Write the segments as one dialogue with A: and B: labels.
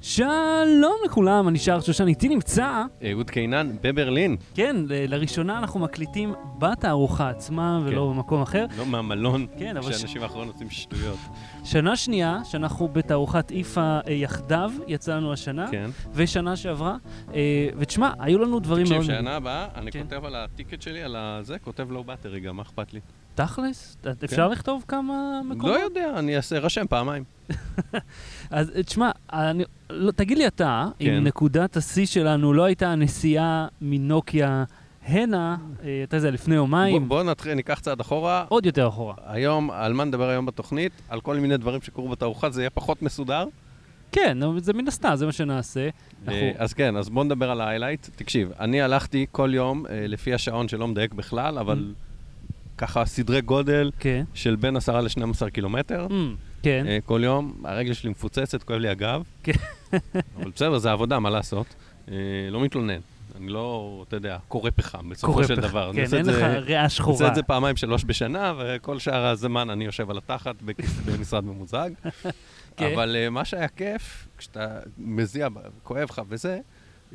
A: שלום לכולם, אני שער שושן, איתי נמצא.
B: אה, אהוד קינן בברלין,
A: כן, ל- לראשונה אנחנו מקליטים בתערוכה עצמה ולא במקום אחר.
B: לא מהמלון,
A: כן, אבל ש-
B: שאנשים האחרונים עושים שטויות.
A: שנה שנייה שאנחנו בתערוכת איפה אה, יחדיו, יצא לנו השנה,
B: כן.
A: ושנה שעברה. אה, ותשמע, היו לנו דברים
B: תקשיב,
A: מאוד...
B: שנה הבאה, אני
A: כן.
B: כותב על הטיקט שלי, על הזה, כותב לואו באטרי גם, מה אכפת לי?
A: תכלס, אפשר לכתוב כמה מקומות?
B: כן. לא יודע, אני אעשה רשם פעמיים.
A: אז אה, תשמע, אני, לא, תגיד לי אתה,
B: כן.
A: אם נקודת השיא שלנו לא הייתה הנסיעה מנוקיה הנה, אה, אתה יודע, לפני יומיים,
B: בואו נתחיל, ניקח צעד אחורה.
A: עוד יותר אחורה.
B: היום, על מה נדבר היום בתוכנית? על כל מיני דברים שקורו בתערוכה, זה יהיה פחות מסודר.
A: כן, אבל זה מן הסתם, זה מה שנעשה.
B: אה,
A: אנחנו-
B: אז כן, אז בואו נדבר על ההיילייט. תקשיב, אני הלכתי כל יום, אה, לפי השעון שלא מדייק בכלל, אבל ככה סדרי גודל
A: Mm. כן.
B: של בין 10 ל-12 קילומטר.
A: אמ, כן.
B: אה, כל יום, הרגל שלי מפוצצת, כואב לי הגב.
A: כן.
B: אבל בסדר, זה עבודה, מה לעשות? אה, לא מתלונן. אני לא, אתה יודע, קורא פחם בסופו
A: קורה
B: של
A: פח-
B: דבר. אני
A: כן,
B: עושה את
A: אין לך
B: זה-
A: ריאה
B: אני עושה
A: שחורה.
B: את זה פעמיים שלוש בשנה, וכל שאר הזמן אני יושב על התחת בכיס במשרד ממוזג.
A: כן.
B: אבל אה, מה שהיה כיף, כשאתה מזיע, כואב לך וזה,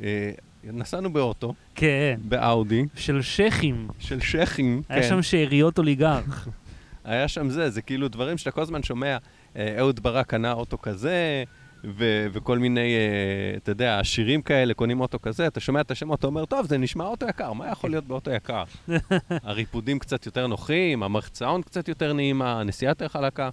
B: אה, נסענו באוטו,
A: כן,
B: באאודי,
A: של שכים.
B: של שכים.
A: היה
B: כן.
A: שם שאריות אוליגרך.
B: היה שם זה, זה כאילו דברים שאתה כל הזמן שומע, אה, אהוד ברק קנה אוטו כזה, ו- וכל מיני, אה, אתה יודע, עשירים כאלה קונים אוטו כזה, אתה שומע את השם אוטו, אומר, טוב, זה נשמע אוטו יקר, מה יכול להיות באוטו יקר? הריפודים קצת יותר נוחים, המחצאון קצת יותר נעימה, הנסיעה יותר חלקה.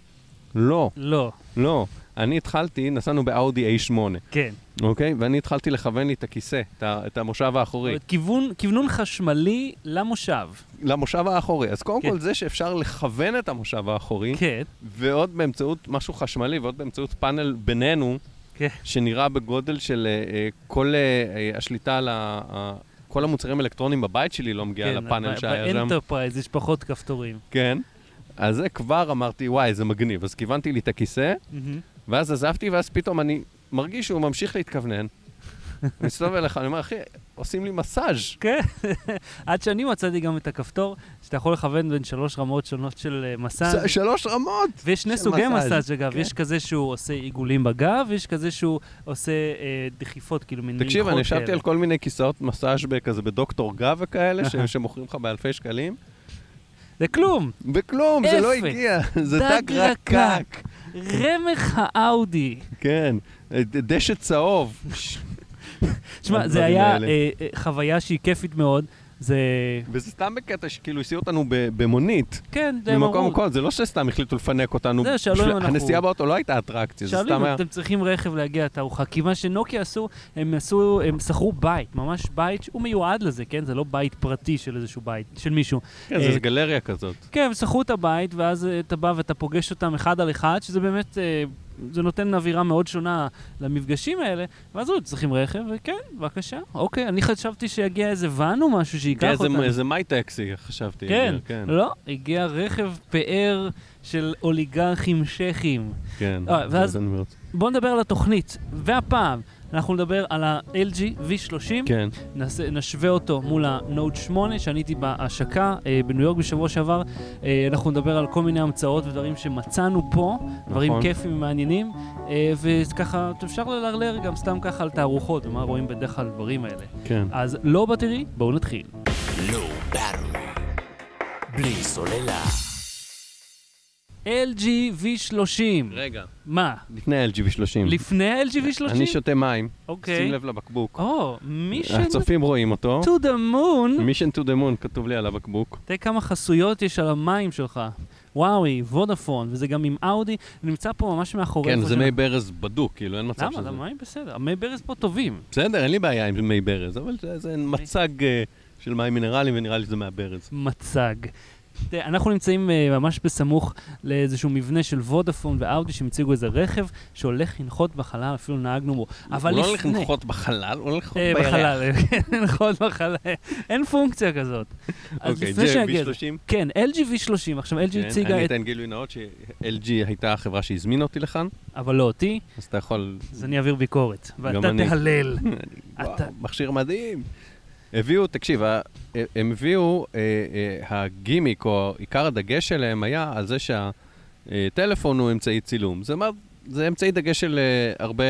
B: לא,
A: לא,
B: לא. אני התחלתי, נסענו באאודי A8,
A: כן.
B: אוקיי? ואני התחלתי לכוון לי את הכיסא, את ה- את המושב האחורי.
A: כיוון- כיוונון חשמלי למושב.
B: למושב האחורי. אז קודם
A: כן.
B: כל זה שאפשר לכוון את המושב האחורי,
A: כן.
B: ועוד באמצעות משהו חשמלי, ועוד באמצעות פאנל בינינו,
A: כן.
B: שנראה בגודל של אה, אה, כל אה, אה, השליטה על ה... ה- כל המוצרים האלקטרונים בבית שלי לא מגיעה
A: כן,
B: לפאנל
A: ב-
B: שהיה שם.
A: באנטרפרייז יש פחות כפתורים.
B: כן. אז זה כבר אמרתי, וואי, זה מגניב. אז כיוונתי לי את הכיסא,
A: מהמם.
B: ואז עזבתי, ואז פתאום אני מרגיש שהוא ממשיך להתכוונן. אני מסתובב אליך, אני אומר, אחי, עושים לי מסאז'.
A: כן. עד שאני מצאתי גם את הכפתור, שאתה יכול לכוון בין שלוש רמות שונות של אה, מסע.
B: ש- שלוש רמות!
A: ויש שני
B: של
A: סוגי
B: מסאז',
A: מסאז' אגב,
B: כן.
A: יש כזה שהוא עושה עיגולים בגב, ויש כזה שהוא עושה אה, דחיפות, כאילו מין
B: תקשיב, אני
A: מעיכות
B: ישבתי
A: כאלה.
B: על כל מיני כיסאות מסאז' כזה בדוקטור גב וכאלה, ש- שמוכרים לך באלפי שקלים.
A: זה כלום,
B: וכלום, זה לא
A: אפס.
B: הגיע, זה
A: דג
B: דג רקק.
A: רמך האאודי.
B: כן, דשא צהוב.
A: תשמע, זה
B: הדברים
A: היה
B: האלה.
A: אה, אה, חוויה שהיא כיפית מאוד, זה...
B: וזה סתם בקטע שכאילו הסיעו אותנו ב- במונית.
A: כן, זה
B: ממקום
A: מרות.
B: למקום, זה לא שסתם החליטו לפנק אותנו.
A: זהו, שאלו אם
B: בשביל-
A: אנחנו-
B: הנסיעה באוטו לא הייתה אטרקציה, זה
A: שאלו
B: סתם
A: אם
B: היה...
A: אתם צריכים רכב להגיע לתערוכה, כי מה שנוקיה עשו, הם עשו, הם שכרו בית, ממש בית שהוא מיועד לזה, כן? זה לא בית פרטי של איזשהו בית, של מישהו.
B: כן,
A: אה,
B: זה גלריה כזאת.
A: כן, הם שכרו את הבית, ואז אה, אתה בא ואתה פוגש אותם אחד על אחד, שזה באמת, אה, זה נותן אווירה מאוד שונה למפגשים האלה, ואז היו צריכים רכב, וכן, בבקשה. אוקיי, אני חשבתי שיגיע איזה ואן או משהו שייקח
B: איזה-
A: אותנו.
B: כן, איזה מי טקסי, חשבתי.
A: כן,
B: כן,
A: לא, הגיע רכב פאר של אוליגרכים שכים.
B: כן.
A: אה, ואז-
B: זה אני מאוד-
A: בואו נדבר על התוכנית, והפעם אנחנו נדבר על ה-LG V30,
B: כן,
A: נס... נשווה אותו מול ה-Note 8 שאני הייתי בהשקה אה, בניו יורק בשבוע שעבר. אה, אנחנו נדבר על כל מיני המצאות ודברים שמצאנו פה, דברים
B: נכון.
A: כיפים ומעניינים, אה, וככה אפשר ללרלר גם סתם ככה על תערוכות ומה רואים בדרך כלל דברים האלה.
B: כן.
A: אז לא בטרי, בואו נתחיל.
C: Low Battery. לא בלי סוללה.
A: LG V30,
B: רגע.
A: מה?
B: לפני ה-LG ו-30.
A: לפני ה-LG V30?
B: אני שותה מים,
A: אוקיי.
B: שים לב אה, לבקבוק.
A: או, מישן
B: הצופים רואים אותו.
A: to the moon.
B: מישן טו דה מון כתוב לי על הבקבוק.
A: תראה כמה חסויות יש על המים שלך. וואוי, וודאפון, וזה גם עם אאודי, נמצא פה ממש מאחורי.
B: כן,
A: איפה
B: זה
A: ש-
B: מי ברז בדוק, כאילו, אין מצב
A: למה?
B: שזה...
A: למה? מים בסדר. המי ברז פה טובים.
B: בסדר, אין לי בעיה עם מי ברז, אבל זה- זה
A: אוקיי.
B: מצג אה, של מים מינרליים, ונראה לי שזה מהברז.
A: מצג. תראה, אנחנו נמצאים אה, ממש בסמוך לאיזשהו מבנה של וודאפון ואאודי שהם הציגו איזה רכב שהולך לנחות בחלל, אפילו נהגנו בו. אבל
B: הוא
A: לפני...
B: לא הולך לנחות בחלל, הוא לא הולך לנחות
A: אה,
B: בירח.
A: בחלל, כן, לנחות בחלל. אין פונקציה כזאת. אז
B: אוקיי,
A: לפני
B: ג'י,
A: שנגיע... לזה-
B: B30.
A: כן, LG V30, עכשיו LG
B: כן, אני
A: הציגה את...
B: אתן גילוי נאות ש-LG הייתה החברה שהזמינה אותי לכאן,
A: אבל לא אותי,
B: אז אתה יכול...
A: אז אני אעביר ביקורת. ואתה
B: אני.
A: תהלל.
B: וואו,
A: אתה-
B: מכשיר מדהים. הביאו, תקשיב, ה- הם הביאו, אה, אה, אה, הגימיק, או עיקר הדגש שלהם היה על זה שהטלפון הוא אמצעי צילום. זה מה... זה אמצעי דגש של אה, הרבה אה,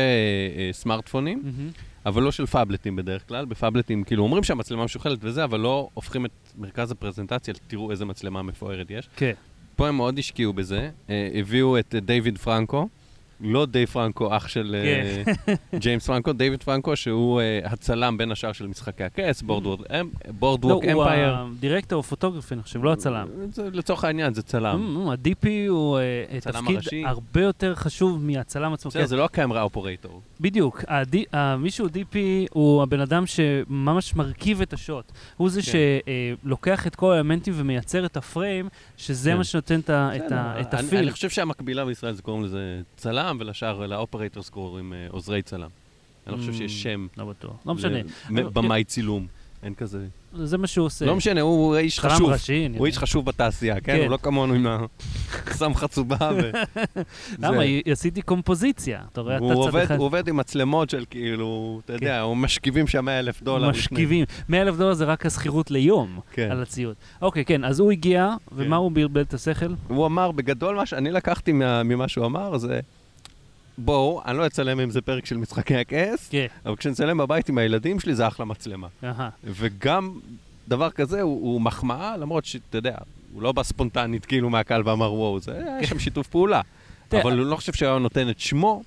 B: אה, סמארטפונים,
A: מהמם.
B: אבל לא של פאבלטים בדרך כלל. בפאבלטים, כאילו, אומרים שהמצלמה משוכלת וזה, אבל לא הופכים את מרכז הפרזנטציה, תראו איזה מצלמה מפוארת יש.
A: כן.
B: פה הם מאוד השקיעו בזה, אה, הביאו את אה, דיוויד פרנקו, לא דיי פרנקו, אח של אה,
A: כן.
B: ג'יימס פרנקו, דיוויד פרנקו, שהוא אה, הצלם בין השאר של משחקי הכס,
A: Mm. לא,
B: בורדווק
A: הוא
B: אמפייר.
A: הדירקטור, הוא פוטוגרפי, אני חושב, לא הצלם. Mm, אמ,
B: לצורך העניין, זה צלם.
A: ה-DP הוא אה, אה,
B: אה. הצלם הראשי.
A: תפקיד הרבה יותר חשוב מהצלם עצמו.
B: בסדר,
A: כן,
B: זה לא הקמרה אופורטור.
A: בדיוק. ה-D- ה- מי שהוא DP הוא הבן אדם שממש מרכיב את השוט. הוא זה
B: כן.
A: שלוקח את כל האלמנטים ומייצר את הפריים, שזה
B: כן.
A: מה שנותן את ה- את ה-
B: בסדר,
A: את
B: אני- אני
A: הפיל.
B: חושב שהמקבילה בישראל זה קוראים לזה צלם, ולשאר, לאופרטורס קוראים אה, עוזרי צלם. אני לא חושב שיש שם.
A: לא בטוח. לא משנה.
B: ל-
A: אבל-
B: במאי צילום. אין כזה.
A: זה מה שהוא עושה.
B: לא משנה, הוא הוא איש
A: צלם
B: חשוב.
A: ראשי, אני יודע.
B: הוא איש חשוב בתעשייה, כן?
A: כן.
B: הוא לא כמונו עם ה... שם חצובה ו...
A: למה?
B: זה.
A: היא- עשיתי קומפוזיציה. אתה רואה, אתה
B: הוא
A: צד
B: עובד-
A: אחד. כן.
B: הוא עובד עם מצלמות של כאילו, אתה יודע, הוא משכיבים שם 100 אלף דולר. לפני.
A: משכיבים. 100 אלף דולר זה רק השכירות ליום
B: כן.
A: על הציוד. אוקיי, כן, אז הוא הגיע, ומה הוא בלבל את השכל?
B: הוא אמר, בגדול, מה שאני לקחתי מה- ממה שהוא אמר זה, בואו, אני לא אצלם אם זה פרק של משחקי הכס,
A: כן,
B: אבל כשנצלם בבית עם הילדים שלי זה אחלה מצלמה.
A: אהה.
B: וגם דבר כזה הוא, הוא מחמאה, למרות שאתה יודע, הוא לא בא ספונטנית כאילו מהקהל ואמר וואו, זה
A: כן.
B: היה שם שיתוף פעולה.
A: תראה,
B: אבל הוא לא חושב שהוא היה נותן את שמו,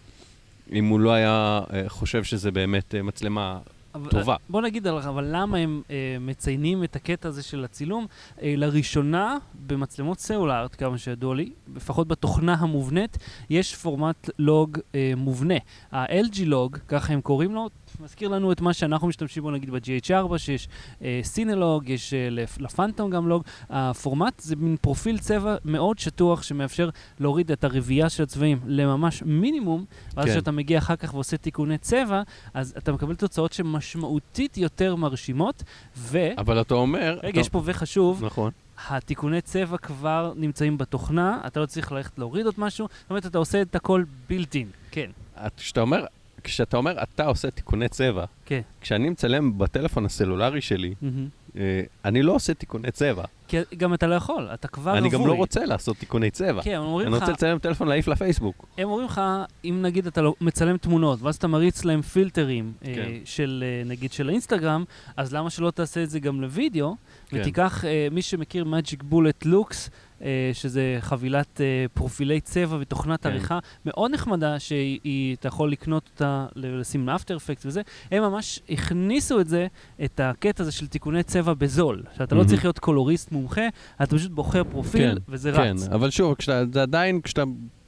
B: אם הוא לא היה אה, חושב שזה באמת אה, מצלמה
A: אבל-
B: טובה.
A: בוא נגיד עליך, אבל למה הם אה, מציינים את הקטע הזה של הצילום? אה, לראשונה, במצלמות סלולר, עד כמה שידוע לי, לפחות בתוכנה המובנית, יש פורמט לוג אה, מובנה. ה-LG לוג, ככה הם קוראים לו, מזכיר לנו את מה שאנחנו משתמשים בו נגיד ב-GH4, שיש אה, סינלוג, יש אה, לפ- לפנטום גם לוג. הפורמט זה מין פרופיל צבע מאוד שטוח שמאפשר להוריד את הרביעייה של הצבעים לממש מינימום, ואז
B: כן.
A: כשאתה מגיע אחר כך ועושה תיקוני צבע, אז אתה מקבל תוצאות שמשמעותית יותר מרשימות, ו...
B: אבל אתה אומר...
A: אה. רגע, יש פה וחשוב,
B: נכון.
A: התיקוני צבע כבר נמצאים בתוכנה, אתה לא צריך ללכת להוריד עוד משהו, זאת אומרת, אתה עושה את הכל built in. כן,
B: את- כשאתה אומר, כשאתה אומר, אתה עושה תיקוני צבע,
A: כן.
B: כשאני מצלם בטלפון הסלולרי שלי,
A: מהמם.
B: אה, אני לא עושה תיקוני צבע.
A: כי גם אתה לא יכול, אתה כבר רווי.
B: אני גם לא רוצה לעשות תיקוני צבע.
A: כן, הם
B: אני
A: אומרים לך,
B: רוצה לצלם טלפון להעיף לפייסבוק.
A: הם אומרים לך, אם נגיד אתה לא- מצלם תמונות, ואז אתה מריץ להם פילטרים אה,
B: כן.
A: של, אה, נגיד, של האינסטגרם, אז למה שלא תעשה את זה גם לוידאו,
B: כן.
A: ותיקח, אה, מי שמכיר Magic Bullet Looks, אה, שזה חבילת אה, פרופילי צבע ותוכנת
B: כן.
A: עריכה מאוד נחמדה, שאתה יכול לקנות אותה, ל- לשים לאפטר אפקט וזה, הם ממש הכניסו את זה, את הקטע הזה של תיקוני צבע בזול, שאתה לא
B: מהמם.
A: צריך להיות קולוריסט מומחה, אתה פשוט בוחר
B: כן,
A: פרופיל וזה
B: כן,
A: רץ.
B: אבל שוב, כשאתה- זה עדיין, כשאתה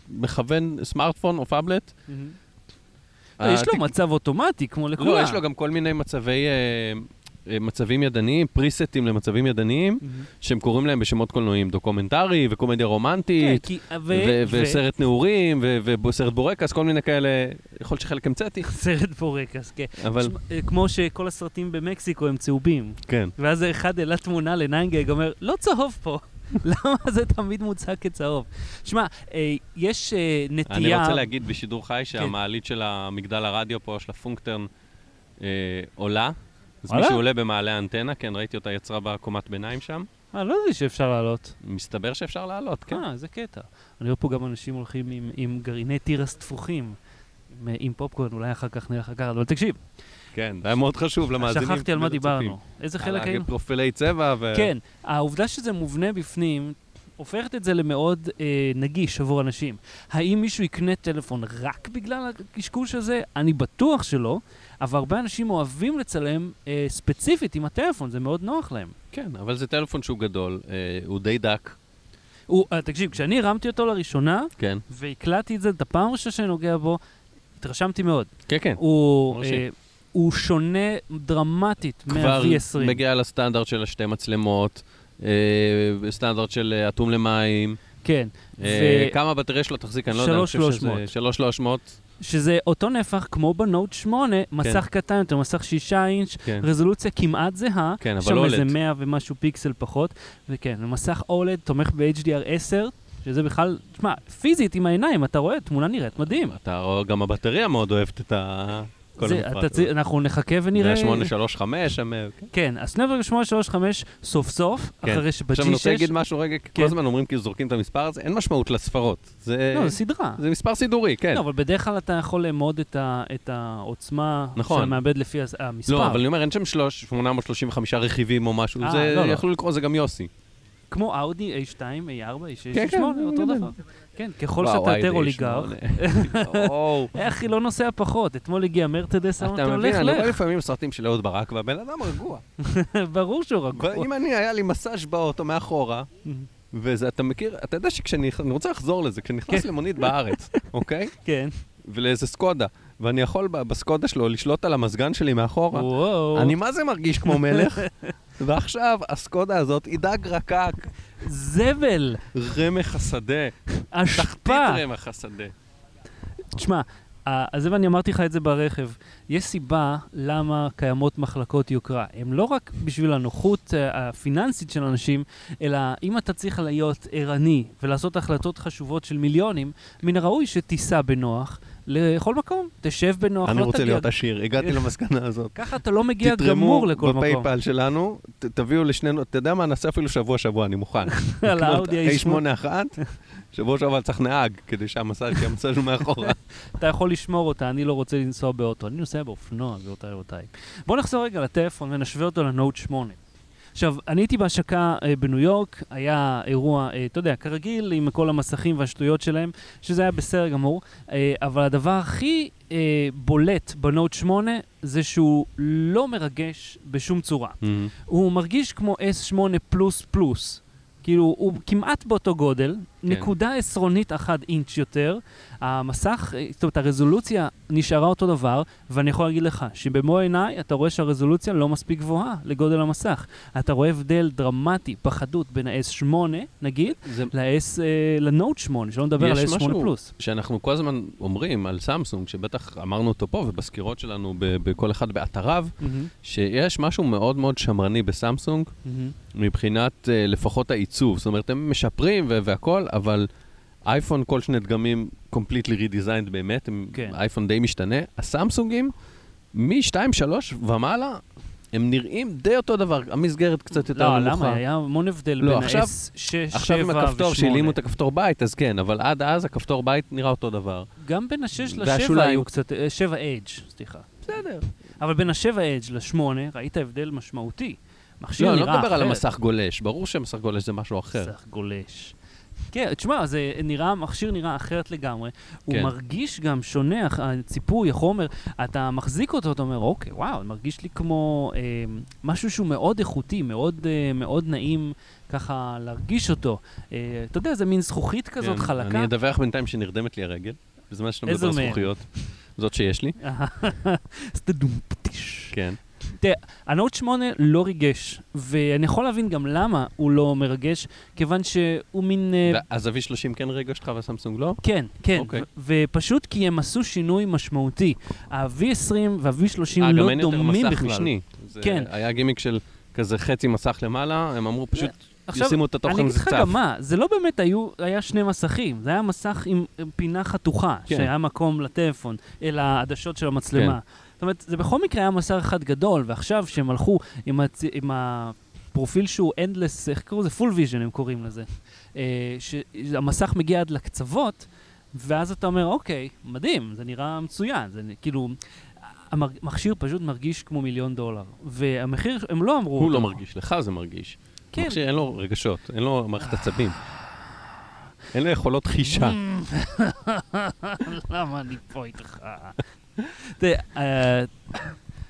B: מכוון סמארטפון או פאבלט,
A: מהמם. לא, יש לו
B: התיק-
A: מצב אוטומטי, כמו לכולם.
B: אה, לא, יש לו גם כל מיני מצבי... אה, אה, מצבים ידניים, פריסטים למצבים ידניים,
A: מהמם.
B: שהם קוראים להם בשמות קולנועיים, דוקומנטרי וקומדיה
A: כן,
B: רומנטית,
A: כי... ו...
B: ו-
A: ו-
B: וסרט נעורים, ו- וסרט בורקס, כל מיני כאלה, יכול להיות שחלק המצאתי,
A: סרט בורקס, כן.
B: אבל
A: שמע, אה, כמו שכל הסרטים במקסיקו הם צהובים.
B: כן.
A: ואז אחד העלה תמונה לניינגג, אומר, לא צהוב פה. למה זה תמיד מוצג כצהוב? שמע, אה, יש אה, נטייה...
B: אני רוצה להגיד בשידור
A: כן.
B: חי שהמעלית של המגדל הרדיו פה, של הפונקטרן, אה, עולה. אז מי
A: עולה?
B: שעולה במעלה האנטנה, כן, ראיתי אותה יצרה בקומת ביניים שם.
A: אה, לא ידעתי שאפשר לעלות.
B: מסתבר שאפשר לעלות, כן.
A: אה, איזה קטע. אני רואה פה גם אנשים הולכים עם, עם גרעיני תירס תפוחים. עם, אה, עם פופקורן, אולי אחר כך נלך לקחת, אבל תקשיב,
B: כן, זה היה מאוד חשוב למאזינים.
A: שכחתי על מה
B: ולצופים.
A: דיברנו. איזה חלק
B: על
A: היינו?
B: פרופילי צבע ו...
A: כן, העובדה שזה מובנה בפנים, הופכת את זה למאוד אה, נגיש עבור אנשים. האם מישהו יקנה טלפון רק בגלל הקשקוש הזה? אני בטוח שלא, אבל הרבה אנשים אוהבים לצלם אה, ספציפית עם הטלפון, זה מאוד נוח להם.
B: כן, אבל זה טלפון שהוא גדול, אה, הוא די דק.
A: הוא, אה, תקשיב, כשאני הרמתי אותו לראשונה,
B: כן.
A: והקלטתי את זה, את הפעם הראשונה שאני נוגע בו, התרשמתי מאוד.
B: כן, כן.
A: הוא,
B: מרשים.
A: אה, הוא שונה דרמטית
B: כבר
A: מה-V20.
B: מגיע לסטנדרט של השתי מצלמות, אה, סטנדרט של אה, אטום למים.
A: כן.
B: אה,
A: ו-
B: כמה בטריה שלו תחזיק, אני לא יודע, אני
A: שלוש
B: חושב שזה...
A: 300.
B: 3,300.
A: שזה אותו נפח כמו בנוט 8, מסך קטן יותר, מסך 6 אינץ',
B: כן.
A: רזולוציה כמעט זהה,
B: כן, אבל
A: שם איזה
B: OLED.
A: 100 ומשהו פיקסל פחות, וכן, מסך אולד תומך ב-HDR10, שזה בכלל, תשמע, פיזית עם העיניים, אתה רואה, התמונה נראית מדהים.
B: אתה רואה, גם הבטריה מאוד אוהבת את ה... כל
A: זה-
B: המפרט
A: אתה צי-
B: הזה.
A: אנחנו נחכה
B: זה
A: ונראה...
B: היה 835, שם, אה, כן.
A: כן, אז סנאפדרגן 835 סוף סוף,
B: כן.
A: אחרי שב-G6...
B: עכשיו אני רוצה להגיד משהו רגע, כי
A: כן.
B: כל הזמן אומרים כאילו זורקים את המספר הזה, אין משמעות לספרות. זה
A: לא, זו סדרה.
B: זה מספר סידורי, כן.
A: לא, אבל בדרך כלל אתה יכול לאמוד את ה- את העוצמה
B: נכון.
A: של המעבד לפי הס- המספר.
B: לא, אבל אני אומר, אין שם שלוש- 835 רכיבים או משהו,
A: אה,
B: זה
A: לא, לא.
B: יכלו לקרוא, זה גם יוסי.
A: כמו אאודי, A2, A4, A6,
B: כן,
A: A8,
B: כן,
A: אותו
B: כן.
A: דבר. כן, ככל
B: וואו,
A: שאתה
B: וואי,
A: יותר
B: די,
A: אוליגר,
B: שמונה. וואו.
A: אחי, לא נוסע פחות. אתמול הגיע מרצדס, אמרתי,
B: אתה
A: לו,
B: מבין,
A: לך,
B: אני רואה
A: לך.
B: לפעמים סרטים של אהוד ברק, והבן אדם רגוע.
A: ברור שהוא רגוע. Mm-hmm.
B: אם אני, היה לי מסאז' באוטו מאחורה, וזה, אתה מכיר, אתה יודע שכשאני, אני רוצה לחזור לזה, כשנכנס
A: כן.
B: למונית בארץ, אוקיי?
A: כן.
B: ולאיזה סקודה, ואני יכול ב- בסקודה שלו לשלוט על המזגן שלי מאחורה,
A: וואו.
B: אני מה זה מרגיש כמו מלך, ועכשיו הסקודה הזאת היא דג רקק,
A: זבל,
B: רמך השדה, תחתית
A: אשפה.
B: רמך השדה.
A: תשמע, ה- אז זה ואני אמרתי לך את זה ברכב. יש סיבה למה קיימות מחלקות יוקרה. הן לא רק בשביל הנוחות אה, הפיננסית של אנשים, אלא אם אתה צריך להיות ערני ולעשות החלטות חשובות של מיליונים, מן הראוי שתיסע בנוח לכל מקום. תשב בנוח,
B: אני
A: לא
B: רוצה
A: תגיע.
B: להיות עשיר, הגעתי למסקנה הזאת.
A: ככה אתה לא מגיע
B: תתרמו
A: גמור לכל מקום.
B: בפייפל שלנו, ת- תביאו לשנינו, אתה יודע מה, נעשה אפילו שבוע-שבוע, אני מוכן.
A: על האאודי
B: A8.
A: A8.
B: A81, שבוע שעבר צריך נהג, כדי שהמסאז' יהיה מסאז' מאחורה.
A: אתה יכול לשמור אותה, אני לא רוצה לנסוע באוטו, אני נוסע באופנוע, גבירותיי רבותיי. בואו נחזור רגע לטלפון ונשווה אותו לנוט 8. עכשיו, אני הייתי בהשקה אה, בניו יורק, היה אירוע, אה, אתה יודע, כרגיל, עם כל המסכים והשטויות שלהם, שזה היה בסדר גמור, אה, אבל הדבר הכי אה, בולט בנוט 8 זה שהוא לא מרגש בשום צורה. הוא מרגיש כמו S8 פלוס פלוס. כאילו, הוא כמעט באותו גודל, כן. נקודה עשרונית אחת אינץ' יותר. המסך, אה, זאת אומרת, הרזולוציה נשארה אותו דבר, ואני יכול להגיד לך שבמו עיניי אתה רואה שהרזולוציה לא מספיק גבוהה לגודל המסך. אתה רואה הבדל דרמטי בחדות בין ה-S8, נגיד, ל-S, אה, לנוט 8, שלא נדבר על
B: יש
A: ה-S8
B: משהו
A: פלוס.
B: שאנחנו כל הזמן אומרים על סמסונג, שבטח אמרנו אותו פה ובסקירות שלנו, ב- בכל אחד באתריו,
A: מהמם,
B: שיש משהו מאוד מאוד שמרני בסמסונג,
A: מהמם.
B: מבחינת אה, לפחות העיצוב. זאת אומרת, הם משפרים ו- והכול, אבל אייפון כל שני דגמים completely redesigned באמת, הם-
A: כן.
B: האייפון די משתנה. הסמסונגים, מ-2-3 ומעלה, הם נראים די אותו דבר, המסגרת קצת יותר
A: לא,
B: נמוכה.
A: למה? היה המון הבדל
B: לא,
A: בין
B: עכשיו-
A: ה-S6, 7 ו-8.
B: עכשיו עם הכפתור, שהלאימו את הכפתור בית, אז כן, אבל עד אז הכפתור בית נראה אותו דבר.
A: גם בין השש לשבע
B: והשוליים.
A: היו קצת, אה, שבע אדג', סליחה.
B: בסדר.
A: אבל בין השבע אדג' לשמונה ראית הבדל משמעותי. מכשיר
B: לא,
A: נראה
B: אני
A: אחרת.
B: לא מדבר על המסך גולש, ברור שמסך גולש זה משהו אחר.
A: מסך גולש. כן, תשמע, זה נראה, המכשיר נראה אחרת לגמרי. הוא
B: כן.
A: מרגיש גם שונה, הח- הציפוי, החומר, אתה מחזיק אותו, אתה אומר, אוקיי, וואו, מרגיש לי כמו אה, משהו שהוא מאוד איכותי, מאוד, אה, מאוד נעים ככה להרגיש אותו. אה, אתה יודע, זה מין זכוכית כזאת
B: כן,
A: חלקה.
B: אני אדווח בינתיים שנרדמת לי הרגל, בזמן שאתה מדבר
A: איזו
B: על
A: מהן?
B: זכוכיות. זאת שיש לי,
A: סטדום פטיש.
B: כן.
A: הנוט 8 לא ריגש, ואני יכול להבין גם למה הוא לא מרגש, כיוון שהוא מין... אה,
B: אז אבי 30 כן רגש אותך והסמסונג לא?
A: כן, כן,
B: אוקיי.
A: ו- ופשוט כי הם עשו שינוי משמעותי. ה-V20 וה-V30
B: אה, גם
A: לא
B: אין יותר
A: דומים
B: מסך
A: בכלל.
B: משני.
A: כן.
B: כן. היה גימיק של כזה חצי מסך למעלה, הם אמרו פשוט
A: עכשיו,
B: ישימו את
A: אני
B: התוכן
A: אגיד לך
B: זצף.
A: גם מה, זה לא באמת היו, היה שני מסכים, זה היה מסך עם עם פינה חתוכה,
B: כן.
A: שהיה מקום לטלפון, אל העדשות של המצלמה. זאת אומרת, זה בכל מקרה היה מסך אחד גדול, ועכשיו שהם הלכו עם, הצ... עם הפרופיל שהוא endless, איך קראו לזה? full vision הם קוראים לזה. אה, שהמסך מגיע עד לקצוות, ואז אתה אומר, אוקיי, מדהים, זה נראה מצוין, זה נ- כאילו... המר- המכשיר פשוט מרגיש כמו מיליון דולר, והמחיר, הם לא אמרו...
B: הוא לא
A: אותו.
B: מרגיש, לך זה מרגיש.
A: כן,
B: מכשיר, אין לו רגשות, אין לו מערכת עצבים. אין לו יכולות חישה.
A: למה אני פה איתך? תראה, אה,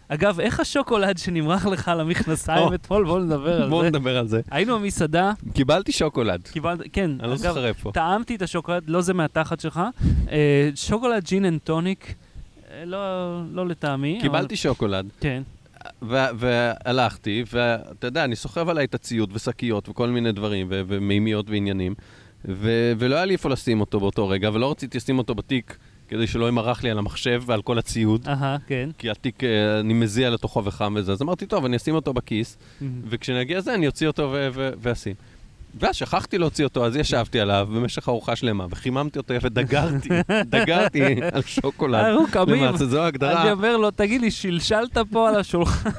A: אגב, איך השוקולד שנמרח לך על המכנסיים
B: או.
A: אתמול? בואו נדבר על
B: בואו
A: אה, זה.
B: נדבר על זה.
A: היינו במסעדה,
B: קיבלתי שוקולד.
A: קיבלת, כן,
B: אני לא
A: אגב,
B: זוכר איפה.
A: טעמתי את השוקולד, לא זה מהתחת שלך. אה, שוקולד ג'ין אנד טוניק, אה, לא לא לטעמי. אבל-
B: קיבלתי שוקולד,
A: כן,
B: ו- והלכתי, ואתה יודע, אני סוחב עליי את הציוד ושקיות וכל מיני דברים, ו- ומימיות ועניינים, ו- ולא היה לי איפה לשים אותו באותו רגע, ולא רציתי לשים אותו בתיק, כדי שלא ימרח לי על המחשב ועל כל הציוד,
A: אהה, כן.
B: כי התיק, אה, אני מזיע לתוכו וחם וזה, אז אמרתי, טוב, אני אשים אותו בכיס, וכשנגיע לזה אני אוציא אותו ו- ו- ואשים. ואז שכחתי להוציא אותו, אז ישבתי עליו במשך ארוחה שלמה, וחיממתי אותו יפה, דגרתי, דגרתי על שוקולד.
A: אה, הוא כמים.
B: למעשה, זו
A: אני
B: ההגדרה.
A: אומר לו, תגיד לי, שלשלת פה על השולחן?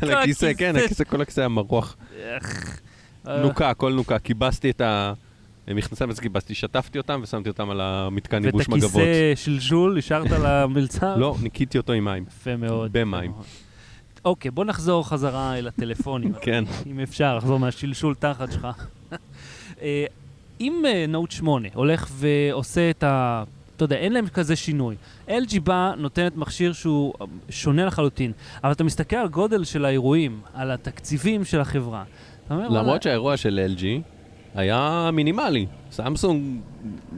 B: על הכיסא, כן, הכיסא, כל הכיסא היה מרוח.
A: אה,
B: נוקה, הכל נוקה. כיבסתי את המכנסיים, אז כיבסתי, שטפתי אותם ושמתי אותם על המתקן
A: ואת
B: ייבוש מגבות.
A: הכיסא שלשול השארת למלצר?
B: לא, ניקיתי אותו עם מים.
A: יפה מאוד.
B: במים.
A: יפה מאוד. אוקיי, בוא נחזור חזרה אל הטלפונים.
B: כן.
A: אם אפשר, לחזור מהשלשול תחת שלך. אה, אם אה, נוט 8 הולך ועושה את ה... אתה יודע, אין להם כזה שינוי. LG בא, נותנת מכשיר שהוא אה, שונה לחלוטין, אבל אתה מסתכל על גודל של האירועים, על התקציבים של החברה. אתה אומר, וואלה,
B: למרות שהאירוע של LG היה מינימלי. סמסונג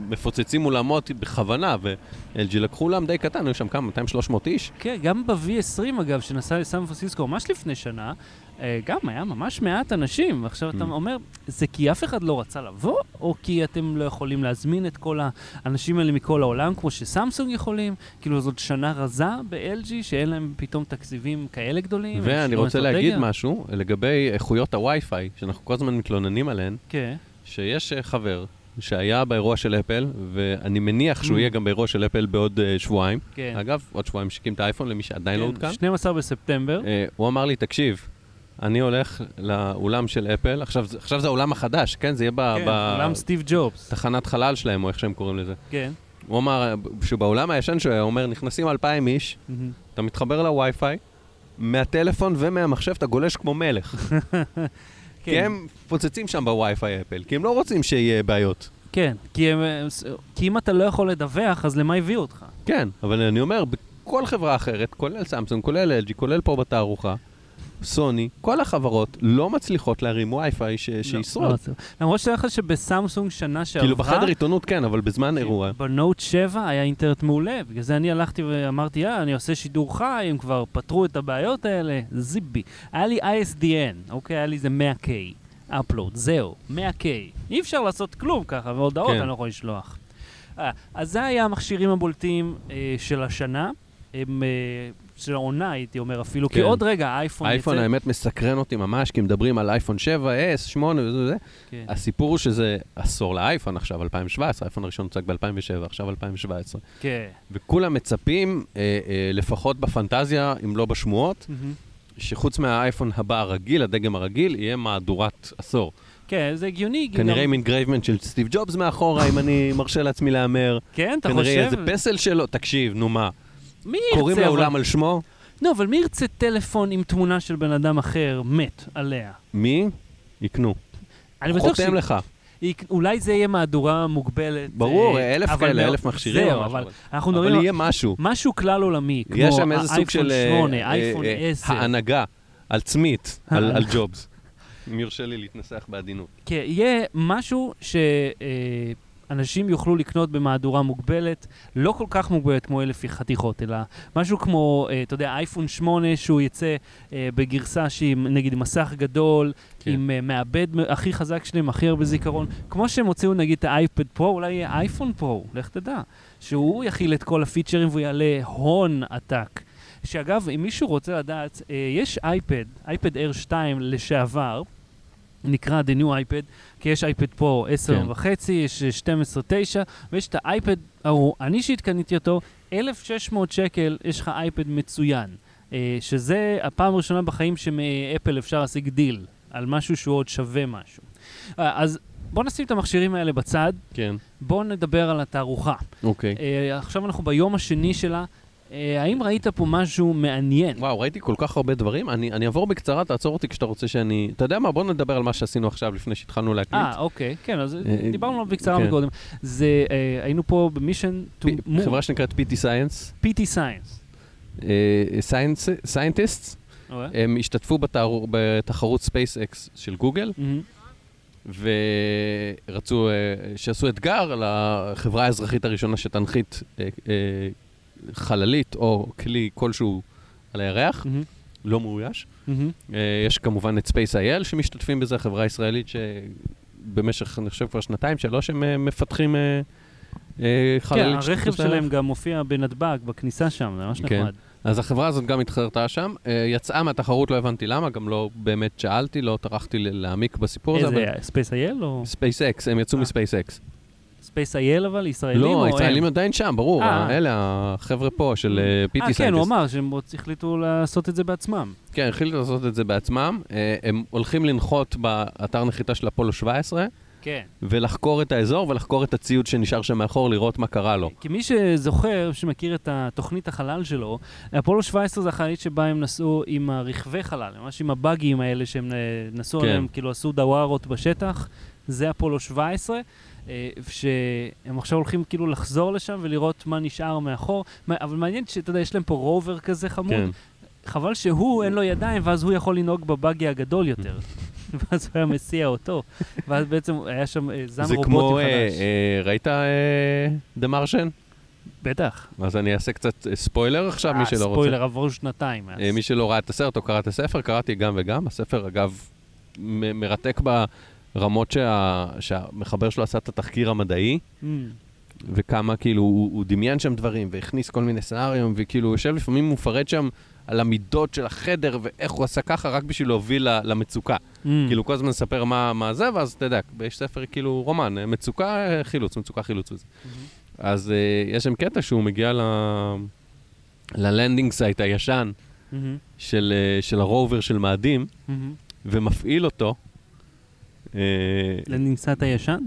B: מפוצצים אולמות בכוונה, ו-LG לקחו אולם די קטן, היו שם כמה, 200-300 איש.
A: כן, גם ב-V20 אגב, שנסע לסן פרנסיסקו ממש לפני שנה, אה, גם היה ממש מעט אנשים. ועכשיו אתה
B: Mm.
A: אומר, זה כי אף אחד לא רצה לבוא, או כי אתם לא יכולים להזמין את כל האנשים האלה מכל העולם, כמו שסמסונג יכולים? כאילו זאת שנה רזה ב-LG, שאין להם פתאום תקציבים כאלה גדולים? אין
B: ואני
A: שום
B: רוצה
A: כן, אסטרטגיה?
B: להגיד משהו לגבי איכויות הווי-פיי, שאנחנו כל הזמן מתלוננים עליהן,
A: כן.
B: שיש אה, חבר שהיה באירוע של אפל, ואני מניח שהוא
A: Mm.
B: יהיה גם באירוע של אפל בעוד אה, שבועיים.
A: כן.
B: אגב, עוד שבועיים משיקים את האייפון למי שעדיין לא
A: כן,
B: עודכן.
A: 12 בספטמבר.
B: אה, הוא אמר לי, תקשיב, אני הולך לאולם של אפל, עכשיו זה- עכשיו זה האולם החדש, כן? זה יהיה ב-
A: כן,
B: ב-
A: אולם סטיב ג'ובס.
B: תחנת חלל שלהם, או איך שהם קוראים לזה.
A: כן.
B: הוא אמר שבעולם הישן שהוא היה אומר, נכנסים 2,000 איש,
A: מהמם.
B: אתה מתחבר לווי-פיי, מהטלפון ומהמחשב אתה גולש כמו מלך. כי
A: כן.
B: הם פוצצים שם בווי-פיי אפל, כי הם לא רוצים שיהיה בעיות.
A: כן, כי הם, אה, ס- כי אם אתה לא יכול לדווח, אז למה הביאו אותך?
B: כן, אבל אני אומר, בכל חברה אחרת, כולל סמסונג, כולל LG, כולל פה בתערוכה, סוני, כל החברות לא מצליחות להרים ווי-פיי ש-
A: לא,
B: שישרוד.
A: לא, זה- למרות שתאר לך שבסמסונג שנה שעברה,
B: כאילו בחדר עיתונות כן, אבל בזמן אירוע.
A: בנוט 7 היה אינטרנט מעולה, בגלל זה אני הלכתי ואמרתי, יאללה, אני עושה שידור חי, הם כבר פתרו את הבעיות האלה, זיבי. היה לי ISDN, אוקיי, היה לי איזה 100K, אפלוד, זהו, 100K. אי אפשר לעשות כלום ככה, והודעות
B: כן.
A: אני לא יכול לשלוח. אה, אז זה היה המכשירים הבולטים אה, של השנה, הם, אה, של העונה הייתי אומר אפילו, כי
B: כן.
A: עוד רגע האייפון
B: האייפון
A: יצא.
B: האמת מסקרן אותי ממש, כי מדברים על אייפון 7, S, 8 וזה וזה.
A: כן.
B: הסיפור הוא שזה עשור לאייפון עכשיו, 2017, האייפון הראשון הוצג ב-2007, עכשיו 2017.
A: כן.
B: וכולם מצפים, אה, אה, לפחות בפנטזיה, אם לא בשמועות,
A: מהמם.
B: שחוץ מהאייפון הבא הרגיל, הדגם הרגיל, יהיה מהדורת עשור.
A: כן, זה הגיוני. כי
B: כנראה
A: גם-
B: עם אינגרייבמנט של סטיב ג'ובס מאחורה, אם אני מרשה לעצמי להמר.
A: כן, אתה חושב?
B: כנראה איזה פסל שלו, תקשיב, נו מה.
A: מי
B: קוראים
A: ירצה, אבל-
B: לאולם על שמו?
A: לא, אבל מי ירצה טלפון עם תמונה של בן אדם אחר מת עליה?
B: מי? יקנו.
A: אני בטוח
B: חותם לך.
A: שאולי זה יהיה מהדורה מוגבלת.
B: ברור,
A: אה,
B: אלף
A: אבל
B: כאלה,
A: מאוד-
B: אלף מכשירים או
A: זהו,
B: משהו,
A: אבל
B: אבל-
A: אנחנו
B: אבל
A: מדברים על
B: יהיה משהו.
A: משהו כלל עולמי, כמו
B: יש שם איזה סוג
A: האייפון
B: של... אה,
A: 8,
B: אה,
A: אייפון אה.
B: אה,
A: 10.
B: ההנהגה עצמית על על
A: ההנהגה.
B: ג'ובס. אם יורשה לי להתנסח בעדינות.
A: כן, יהיה משהו שאנשים יוכלו לקנות במהדורה מוגבלת, לא כל כך מוגבלת כמו אלף חתיכות, אלא משהו כמו, אה, אתה יודע, אייפון 8 שהוא יצא אה, בגרסה שהיא נגיד מסך גדול,
B: כן.
A: כן. עם אה, מעבד מ- הכי חזק שלהם, הכי הרבה זיכרון, כמו שהם הוציאו נגיד את האייפד פרו, אולי יהיה אייפון פרו, לך תדע, שהוא יכיל את כל הפיצ'רים והוא יעלה הון עתק. שאגב, אם מישהו רוצה לדעת, אה, יש אייפד, אייפד אייר 2 לשעבר, נקרא The New iPad, כי יש אייפד פרו 10
B: כן.
A: וחצי, יש אה, 12 9, ויש את האייפד ההוא, אני אישית קניתי אותו, 1,600 שקל, יש לך אייפד מצוין. אה, שזה הפעם הראשונה בחיים שמאפל אפשר להשיג דיל על משהו שהוא עוד שווה משהו. אה, אז בואו נשים את המכשירים האלה בצד,
B: כן.
A: בואו נדבר על התערוכה.
B: אוקיי.
A: אה, עכשיו אנחנו ביום השני שלה. אה, האם ראית פה משהו מעניין?
B: וואו, ראיתי כל כך הרבה דברים. אני אני אעבור בקצרה, תעצור אותי כשאתה רוצה שאני... אתה יודע מה? בוא נדבר על מה שעשינו עכשיו לפני שהתחלנו להקליט.
A: אה, אוקיי, כן, אז
B: אה,
A: דיברנו עליו בקצרה
B: כן.
A: מקודם. זה, אה, היינו פה במישן to
B: פי-
A: move,
B: חברה שנקראת PT Science,
A: PT Science.
B: סיינטיסטס,
A: אוקיי.
B: אה, הם השתתפו בתערו- בתחרות SpaceX של גוגל,
A: מהמם.
B: ורצו, אה, שעשו אתגר לחברה האזרחית הראשונה שתנחית אה, אה, חללית או כלי כלשהו על הירח,
A: מהמם.
B: לא מאויש.
A: מהמם.
B: אה, יש כמובן את Space.il שמשתתפים בזה, חברה ישראלית שבמשך, אני חושב, כבר שנתיים, שלוש, הם אה, מפתחים אה, אה, חל
A: כן,
B: על
A: הרכב
B: משתתפי
A: שלהם גם מופיע בנתב"ג, בכניסה שם, זה ממש
B: כן.
A: נחמד.
B: אז החברה הזאת גם התחרתה שם, אה, יצאה מהתחרות, לא הבנתי למה, גם לא באמת שאלתי, לא טרחתי ל- להעמיק בסיפור הזה,
A: איזה, ספייס אייל או...
B: ספייסקס, הם יצאו
A: אה.
B: מספייסקס.
A: ספייס אייל אבל, ישראלים או הם?
B: לא, הישראלים עדיין שם, ברור,
A: אה.
B: אלה החבר'ה פה של אה, פיטי
A: אה, כן, הוא
B: סיינטיסט.
A: אמר שהם עוד החליטו לעשות את זה בעצמם.
B: כן, החליטו לעשות את זה בעצמם, אה, הם הולכים לנחות באתר נחיתה של אפולו 17,
A: כן.
B: ולחקור את האזור ולחקור את הציוד שנשאר שם מאחור, לראות מה קרה לו.
A: כי מי שזוכר, שמכיר את התוכנית החלל שלו, אפולו 17 זה החללית שבה הם נסעו עם הרכבי חלל, ממש עם הבאגים האלה שהם אה, נסעו
B: כן.
A: עליהם, כאילו עשו דווארות בשטח, זה אפולו 17, אה, שהם עכשיו הולכים כאילו לחזור לשם ולראות מה נשאר מאחור, מה- אבל מעניין שאתה יודע, יש להם פה רובר כזה חמוד,
B: כן.
A: חבל שהוא אין לו ידיים, ואז הוא יכול לנהוג בבאגי הגדול יותר. ואז הוא היה מסיע אותו, ואז בעצם היה שם אה, זן
B: זה
A: רובוטי
B: כמו, אה,
A: חדש.
B: אה, ראית אה, דה מרשן?
A: בטח.
B: אז אני אעשה קצת אה, ספוילר עכשיו, מי
A: אה,
B: שלא רוצה.
A: ספוילר, עברו שנתיים מאז.
B: אה, מי שלא ראה את הסרט או קרא את הספר, קראתי גם וגם. הספר, אגב, מ- מרתק ברמות שה... שהמחבר שלו עשה את התחקיר המדעי,
A: Mm.
B: וכמה כאילו הוא, הוא דמיין שם דברים, והכניס כל מיני סנאריום, וכאילו הוא יושב לפעמים, הוא מפרט שם על המידות של החדר, ואיך הוא עשה ככה רק בשביל להוביל ל- למצוקה.
A: Mm.
B: כאילו כל הזמן מספר מה, מה זה, ואז אתה יודע, יש ספר כאילו רומן, אה, מצוקה, אה, חילוץ, מצוקה, חילוץ וזה. אז אה, יש שם קטע שהוא מגיע ל... ללנדינג סייט הישן,
A: מהמם,
B: של, אה, של הרובר של מאדים,
A: מהמם.
B: אה, ומפעיל אותו. אה,
A: לניסת הישן?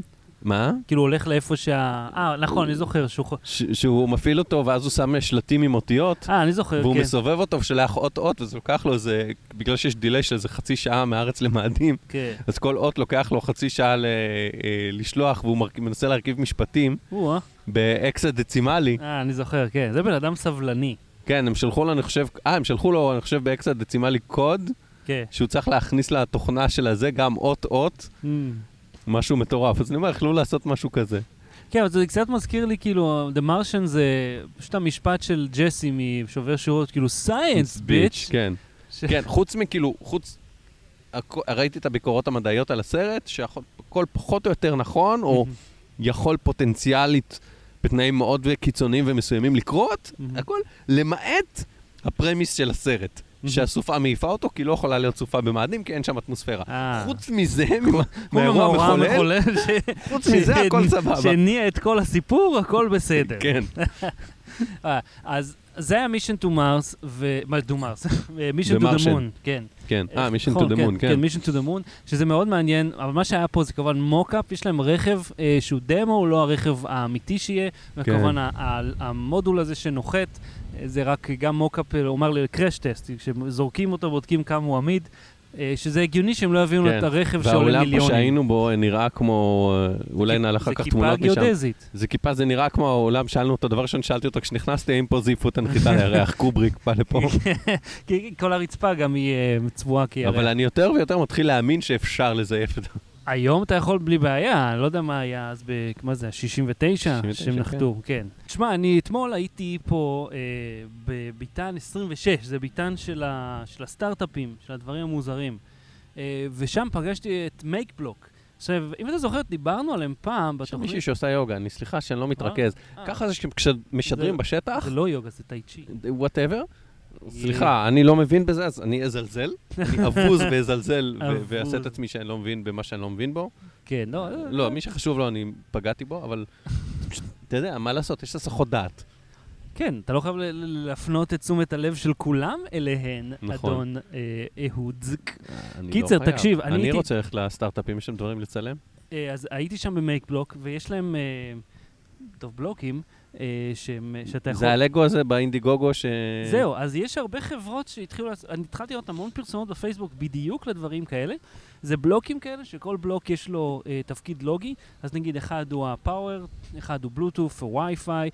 B: מה?
A: כאילו הוא הולך לאיפה שה... אה, נכון, אני זוכר שהוא... חו-
B: ש- שהוא מפעיל אותו, ואז הוא שם שלטים עם אותיות,
A: אה, אני זוכר,
B: והוא
A: כן.
B: מסובב אותו ושולח אות אות, וזה לוקח לו איזה, בגלל שיש דיליי של איזה חצי שעה מארץ למאדים,
A: כן.
B: אז כל אות לוקח לו חצי שעה ל, אה, לשלוח, והוא מרכ... מנסה להרכיב משפטים
A: או-אה.
B: באקסדצימלי.
A: אה, אני זוכר, כן. זה בן אדם סבלני.
B: כן, הם שלחו לו, אני חושב, אה, הם שלחו לו, אני חושב, באקסדצימלי קוד,
A: כן.
B: שהוא צריך להכניס לתוכנה של הזה גם אות אות,
A: Mm.
B: משהו מטורף. אז אני אומר, יכלו לעשות משהו כזה.
A: כן, אבל זה קצת מזכיר לי, כאילו, The Martian זה פשוט המשפט של ג'סי משובר שורות, כאילו, Science, ביץ'.
B: כן. כן, חוץ מכאילו, חוץ... הכ- ראיתי את הביקורות המדעיות על הסרט, שהכל פחות או יותר נכון, או יכול פוטנציאלית, בתנאים מאוד קיצוניים ומסוימים לקרות,
A: מהמם.
B: הכל, למעט הפרמיס של הסרט.
A: מהמם.
B: שהסופה מעיפה אותו, כי לא יכולה להיות סופה במאדים, כי אין שם אטמוספירה.
A: אה.
B: חוץ מזה, מה- מהאירוע המחולל,
A: ש-
B: חוץ מזה הכל
A: ש-
B: סבבה.
A: שהניע את כל הסיפור, הכל בסדר.
B: כן,
A: אה, אז זה היה מישן טו מרס, ו... מה, אה, טו מרס? מישן טו דה
B: ומרשן.
A: מון, כן.
B: כן. אה, מישן
A: נכון,
B: טו דה מון, כן.
A: כן, מישן טו דה מון, שזה מאוד מעניין, אבל מה שהיה פה זה כמובן מוקאפ, יש להם רכב אה, שהוא דמו, הוא לא הרכב האמיתי שיהיה,
B: כן.
A: וכמובן ה- ה- המודול הזה שנוחת, אה, זה רק גם מוקאפ, אה, הוא אמר לי קראש טסט, כשזורקים אותו בודקים כמה הוא עמיד, אה, שזה הגיוני שהם לא יביאו לו
B: כן.
A: את הרכב שעולה
B: והאולם פה
A: מיליונים.
B: שהיינו בו נראה כמו, אה, אולי נעלה אחר כך תמונות
A: זה כיפה
B: משם.
A: גיאודזית.
B: זה כיפה, זה נראה כמו העולם, שאלנו אותו, דבר ראשון שאלתי אותו כשנכנסתי, האם פה זייפו את הנחיתה לירח, קובריק בא לפה.
A: כי כל הרצפה גם היא אה, צבועה כירח.
B: אבל אני יותר ויותר מתחיל להאמין שאפשר לזייף את זה.
A: היום אתה יכול בלי בעיה, אני לא יודע מה היה אז, ב... מה זה, ה-69?
B: 69,
A: שהם נחתו, כן. תשמע, אני אתמול הייתי פה אה, בביתן 26, זה ביתן של, ה... של הסטארט-אפים, של הדברים המוזרים, אה, ושם פגשתי את מייק בלוק. עכשיו, אם אתה זוכר, דיברנו עליהם פעם
B: יש
A: בתוכנית...
B: מישהי שעושה יוגה, אני סליחה שאני לא מתרכז.
A: אה,
B: ככה זה שכשמשדרים
A: זה-
B: בשטח,
A: זה לא יוגה, זה לא- טאי צ'י.
B: וואטאבר, סליחה, אני לא מבין בזה, אז אני אזלזל, אני אבוז ואזלזל ו-
A: אבוז.
B: ואעשה את עצמי שאני לא מבין במה שאני לא מבין בו.
A: כן, לא... אה,
B: לא, מי שחשוב לו, אני פגעתי בו, אבל פשוט, אתה יודע, מה לעשות, יש הסחות דעת.
A: כן, אתה לא חייב ל- ל- להפנות את תשומת הלב של כולם אליהן,
B: נכון.
A: אדון אה, אהוד זק.
B: אני לא
A: אה, קיצר,
B: חייב.
A: תקשיב, אני
B: אני
A: הייתי-
B: רוצה ללכת לסטארט-אפים, יש שם דברים לצלם?
A: אה, אז הייתי שם במייק בלוק, ויש להם, אה, טוב, בלוקים, אה, שהם, אה, שאתה יכול...
B: זה הלגו הזה באינדיגוגו ש...
A: זהו, אז יש הרבה חברות שהתחילו, לעשות- אני התחלתי לראות המון פרסומות בפייסבוק בדיוק לדברים כאלה. זה בלוקים כאלה, שכל בלוק יש לו אה, תפקיד לוגי, אז נגיד אחד הוא הפאוור, אחד הוא בלוטוף, וי-פיי,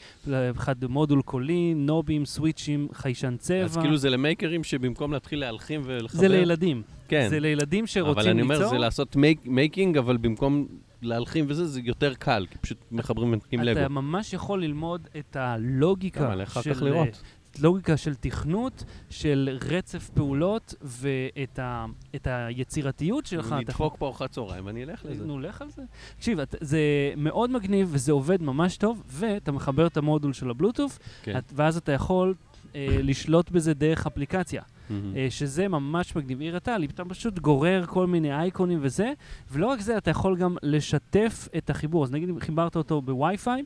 A: אחד הוא מודול קולי, נובים, סוויצ'ים, חיישן צבע.
B: אז כאילו זה למייקרים שבמקום להתחיל להלחים ולחבר...
A: זה לילדים,
B: כן.
A: זה לילדים שרוצים ליצור.
B: אבל אני אומר, זה לעשות מייק- מייקינג, אבל במקום להלחים וזה, זה יותר קל, כי פשוט מחברים עם לגו.
A: אתה ממש יכול ללמוד את הלוגיקה אה,
B: למה, לך אחר כך לראות.
A: לוגיקה של תכנות, של רצף פעולות, ואת ה, את היצירתיות שלך. אתה יכול-
B: נדפוק פה ארוחת צהריים, אני אלך לזה.
A: נו, לך על זה. תקשיב, את- זה מאוד מגניב וזה עובד ממש טוב, ואתה מחבר את המודול של הבלוטוף,
B: כן.
A: את- ואז אתה יכול אה, לשלוט בזה דרך אפליקציה.
B: מהמם.
A: אה, שזה ממש מגניב. היא הראתה לי, אתה פשוט גורר כל מיני אייקונים וזה, ולא רק זה, אתה יכול גם לשתף את החיבור. אז נגיד אם חיברת אותו בווי-פיי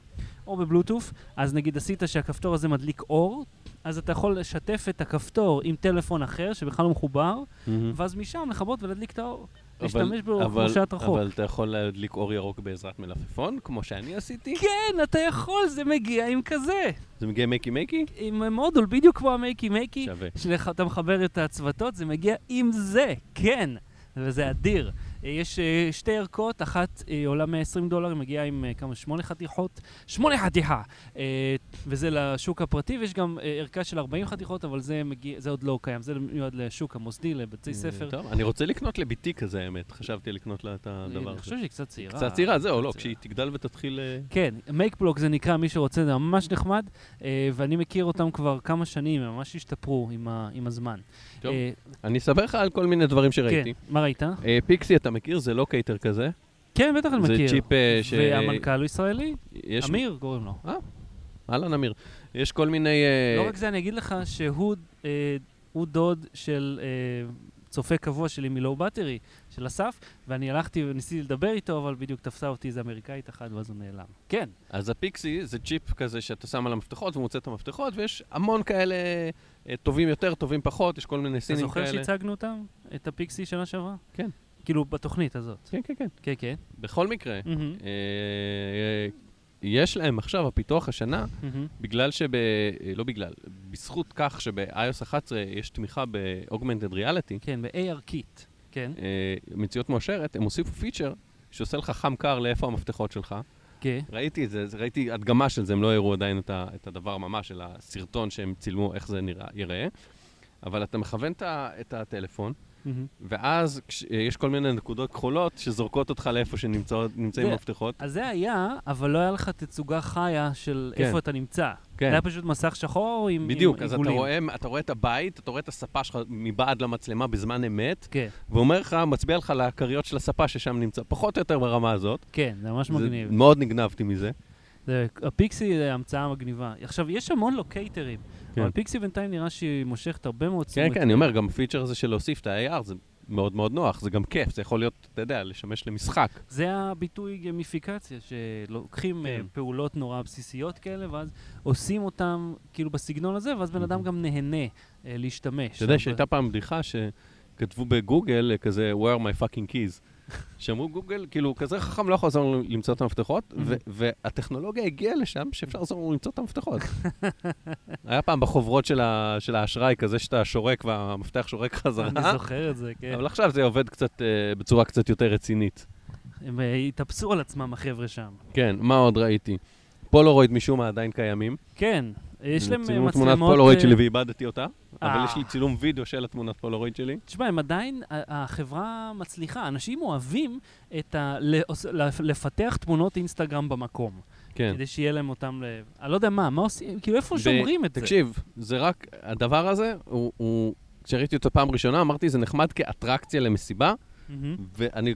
A: או בבלוטוף, אז נגיד עשית שהכפתור הזה מדליק אור, אז אתה יכול לשתף את הכפתור עם טלפון אחר שבכלל לא מחובר,
B: מהמם.
A: ואז משם לכבות ולהדליק את האור.
B: אבל-
A: להשתמש בו
B: אבל-
A: כמו שאת רחוק.
B: אבל אתה יכול להדליק אור ירוק בעזרת מלפפון, כמו שאני עשיתי?
A: כן, אתה יכול, זה מגיע עם כזה.
B: זה מגיע מייקי מייקי?
A: עם מודול, בדיוק כמו המייקי מייקי.
B: שווה.
A: שאתה מחבר את הצוותות, זה מגיע עם זה, כן, וזה אדיר. אה, יש אה, שתי ערכות, אחת אה, עולה 120 דולר, היא מגיעה עם אה, כמה, שמונה חתיכות? שמונה חתיכה! אה, וזה לשוק הפרטי, ויש גם אה, ערכה של 40 חתיכות, אבל זה, מגיע, זה עוד לא קיים, זה מיועד לשוק המוסדי, לבתי ספר.
B: אה,
A: אה,
B: טוב, אני רוצה לקנות לביתי כזה, האמת. חשבתי לקנות לה את הדבר
A: אני
B: הזה.
A: חושב שהיא קצת צעירה.
B: קצת צעירה, זהו, לא,
A: צעירה.
B: כשהיא תגדל ותתחיל... אה,
A: כן, מייק בלוק זה נקרא, מי שרוצה, זה ממש נחמד, אה, ואני מכיר אותם כבר כמה שנים, הם ממש השתפרו עם, ה, עם הזמן.
B: טוב.
A: אה,
B: אני אספר לך על כל מיני דברים
A: כן,
B: שראיתי.
A: מה ראית?
B: אה, פיקסי, אתה מכיר? זה לא קייטר כזה.
A: כן, בטח אני
B: זה
A: מכיר.
B: צ'יפ, אה, ש-
A: והמנכ"ל הוא ישראלי?
B: יש-
A: אמיר קוראים לו.
B: אהלן, אמיר. יש כל מיני... אה,
A: לא רק זה, אני אגיד לך שהוא אה, הוא דוד של אה, צופה קבוע שלי מלואו בטרי, של אסף, ואני הלכתי וניסיתי לדבר איתו, אבל בדיוק תפסה אותי איזה אמריקאית אחת, ואז הוא נעלם. כן,
B: אז הפיקסי זה צ'יפ כזה שאתה שם על המפתחות ומוצא את המפתחות, ויש המון כאלה אה, טובים יותר, טובים פחות, יש כל מיני
A: אתה
B: סינים
A: זוכר
B: כאלה.
A: שהצגנו אותם? את הפיקסי שנה שעברה?
B: כן.
A: כאילו, בתוכנית הזאת.
B: כן, כן, כן.
A: כן, כן.
B: בכל מקרה,
A: מהמם,
B: אה, אה, יש להם עכשיו, הפיתוח השנה,
A: מהמם.
B: בגלל שב... אה, לא בגלל, בזכות כך שב-iOS 11 יש תמיכה ב-Augmented Reality,
A: כן, ב-AR קיט. כן,
B: אה, מציאות מאושרת, הם הוסיפו פיצ'ר שעושה לך חם קר לאיפה המפתחות שלך.
A: כן.
B: ראיתי את זה, זה- ראיתי הדגמה של זה, הם לא הראו עדיין את, ה, את הדבר ממש, אלא סרטון שהם צילמו איך זה נראה, ייראה. אבל אתה מכוון את, ה, את הטלפון,
A: מהמם.
B: ואז כש, אה, יש כל מיני נקודות כחולות שזורקות אותך לאיפה שנמצאים
A: זה- אה,
B: המפתחות.
A: אז זה היה, אבל לא היה לך תצוגה חיה של
B: כן.
A: איפה אתה נמצא.
B: כן.
A: זה היה פשוט מסך שחור עם עם עיגולים.
B: בדיוק, אז אתה רואה, אתה רואה את הבית, אתה רואה את הספה שלך מבעד למצלמה בזמן אמת,
A: כן,
B: ואומר לך, מצביע לך לכריות של הספה ששם נמצא, פחות או יותר ברמה הזאת.
A: כן, זה ממש
B: זה-
A: מגניב.
B: מאוד נגנבתי מזה.
A: זה, הפיקסי זה המצאה מגניבה. עכשיו, יש המון לוקייטרים,
B: כן.
A: כן. אבל פיקסי בינתיים נראה שהיא מושכת הרבה מאוד
B: כן,
A: תשומת
B: כן,
A: לב.
B: אני אומר, גם הפיצ'ר הזה של להוסיף את ה-AR זה מאוד מאוד נוח, זה גם כיף, זה יכול להיות, אתה יודע, לשמש למשחק.
A: זה הביטוי גמיפיקציה, שלוקחים
B: כן.
A: כן. פעולות נורא בסיסיות כאלה, ואז עושים אותם כאילו בסגנון הזה, ואז בן אדם גם נהנה אה, להשתמש.
B: Mhm. אתה יודע שהייתה פעם בדיחה שכתבו בגוגל אה, כזה, where are my fucking keys. שאמרו גוגל, כאילו, כזה חכם לא יכול לעזור לנו למצוא את המפתחות,
A: Mm-hmm.
B: ו- והטכנולוגיה הגיעה לשם שאפשר לעזור לנו למצוא את המפתחות. היה פעם בחוברות של ה- של האשראי כזה שאתה שורק והמפתח שורק
A: אני
B: חזרה,
A: זוכר את זה, כן.
B: אבל עכשיו זה עובד קצת, אה, בצורה קצת יותר רצינית.
A: הם אה, התאפסו על עצמם, החבר'ה שם.
B: כן, מה עוד ראיתי? פולרויד משום מה עדיין קיימים.
A: כן, יש להם אה,
B: צילמו
A: מצלמות...
B: תמונת פולרויד
A: אה,
B: שלי ואיבדתי אותה, אבל
A: אה.
B: יש לי צילום וידאו של התמונת פולרויד שלי.
A: תשמע, הם עדיין, ה- החברה מצליחה, אנשים אוהבים את ה... לעוס- לפ- לפתח תמונות אינסטגרם במקום.
B: כן.
A: כדי שיהיה להם אותם ל... אני לא יודע מה, מה עושים? כאילו, איפה
B: ב-
A: שומרים את זה?
B: תקשיב, זה רק, הדבר הזה, הוא- הוא, כשראיתי אותו פעם ראשונה, אמרתי, זה נחמד כאטרקציה למסיבה,
A: מהמם.
B: ואני,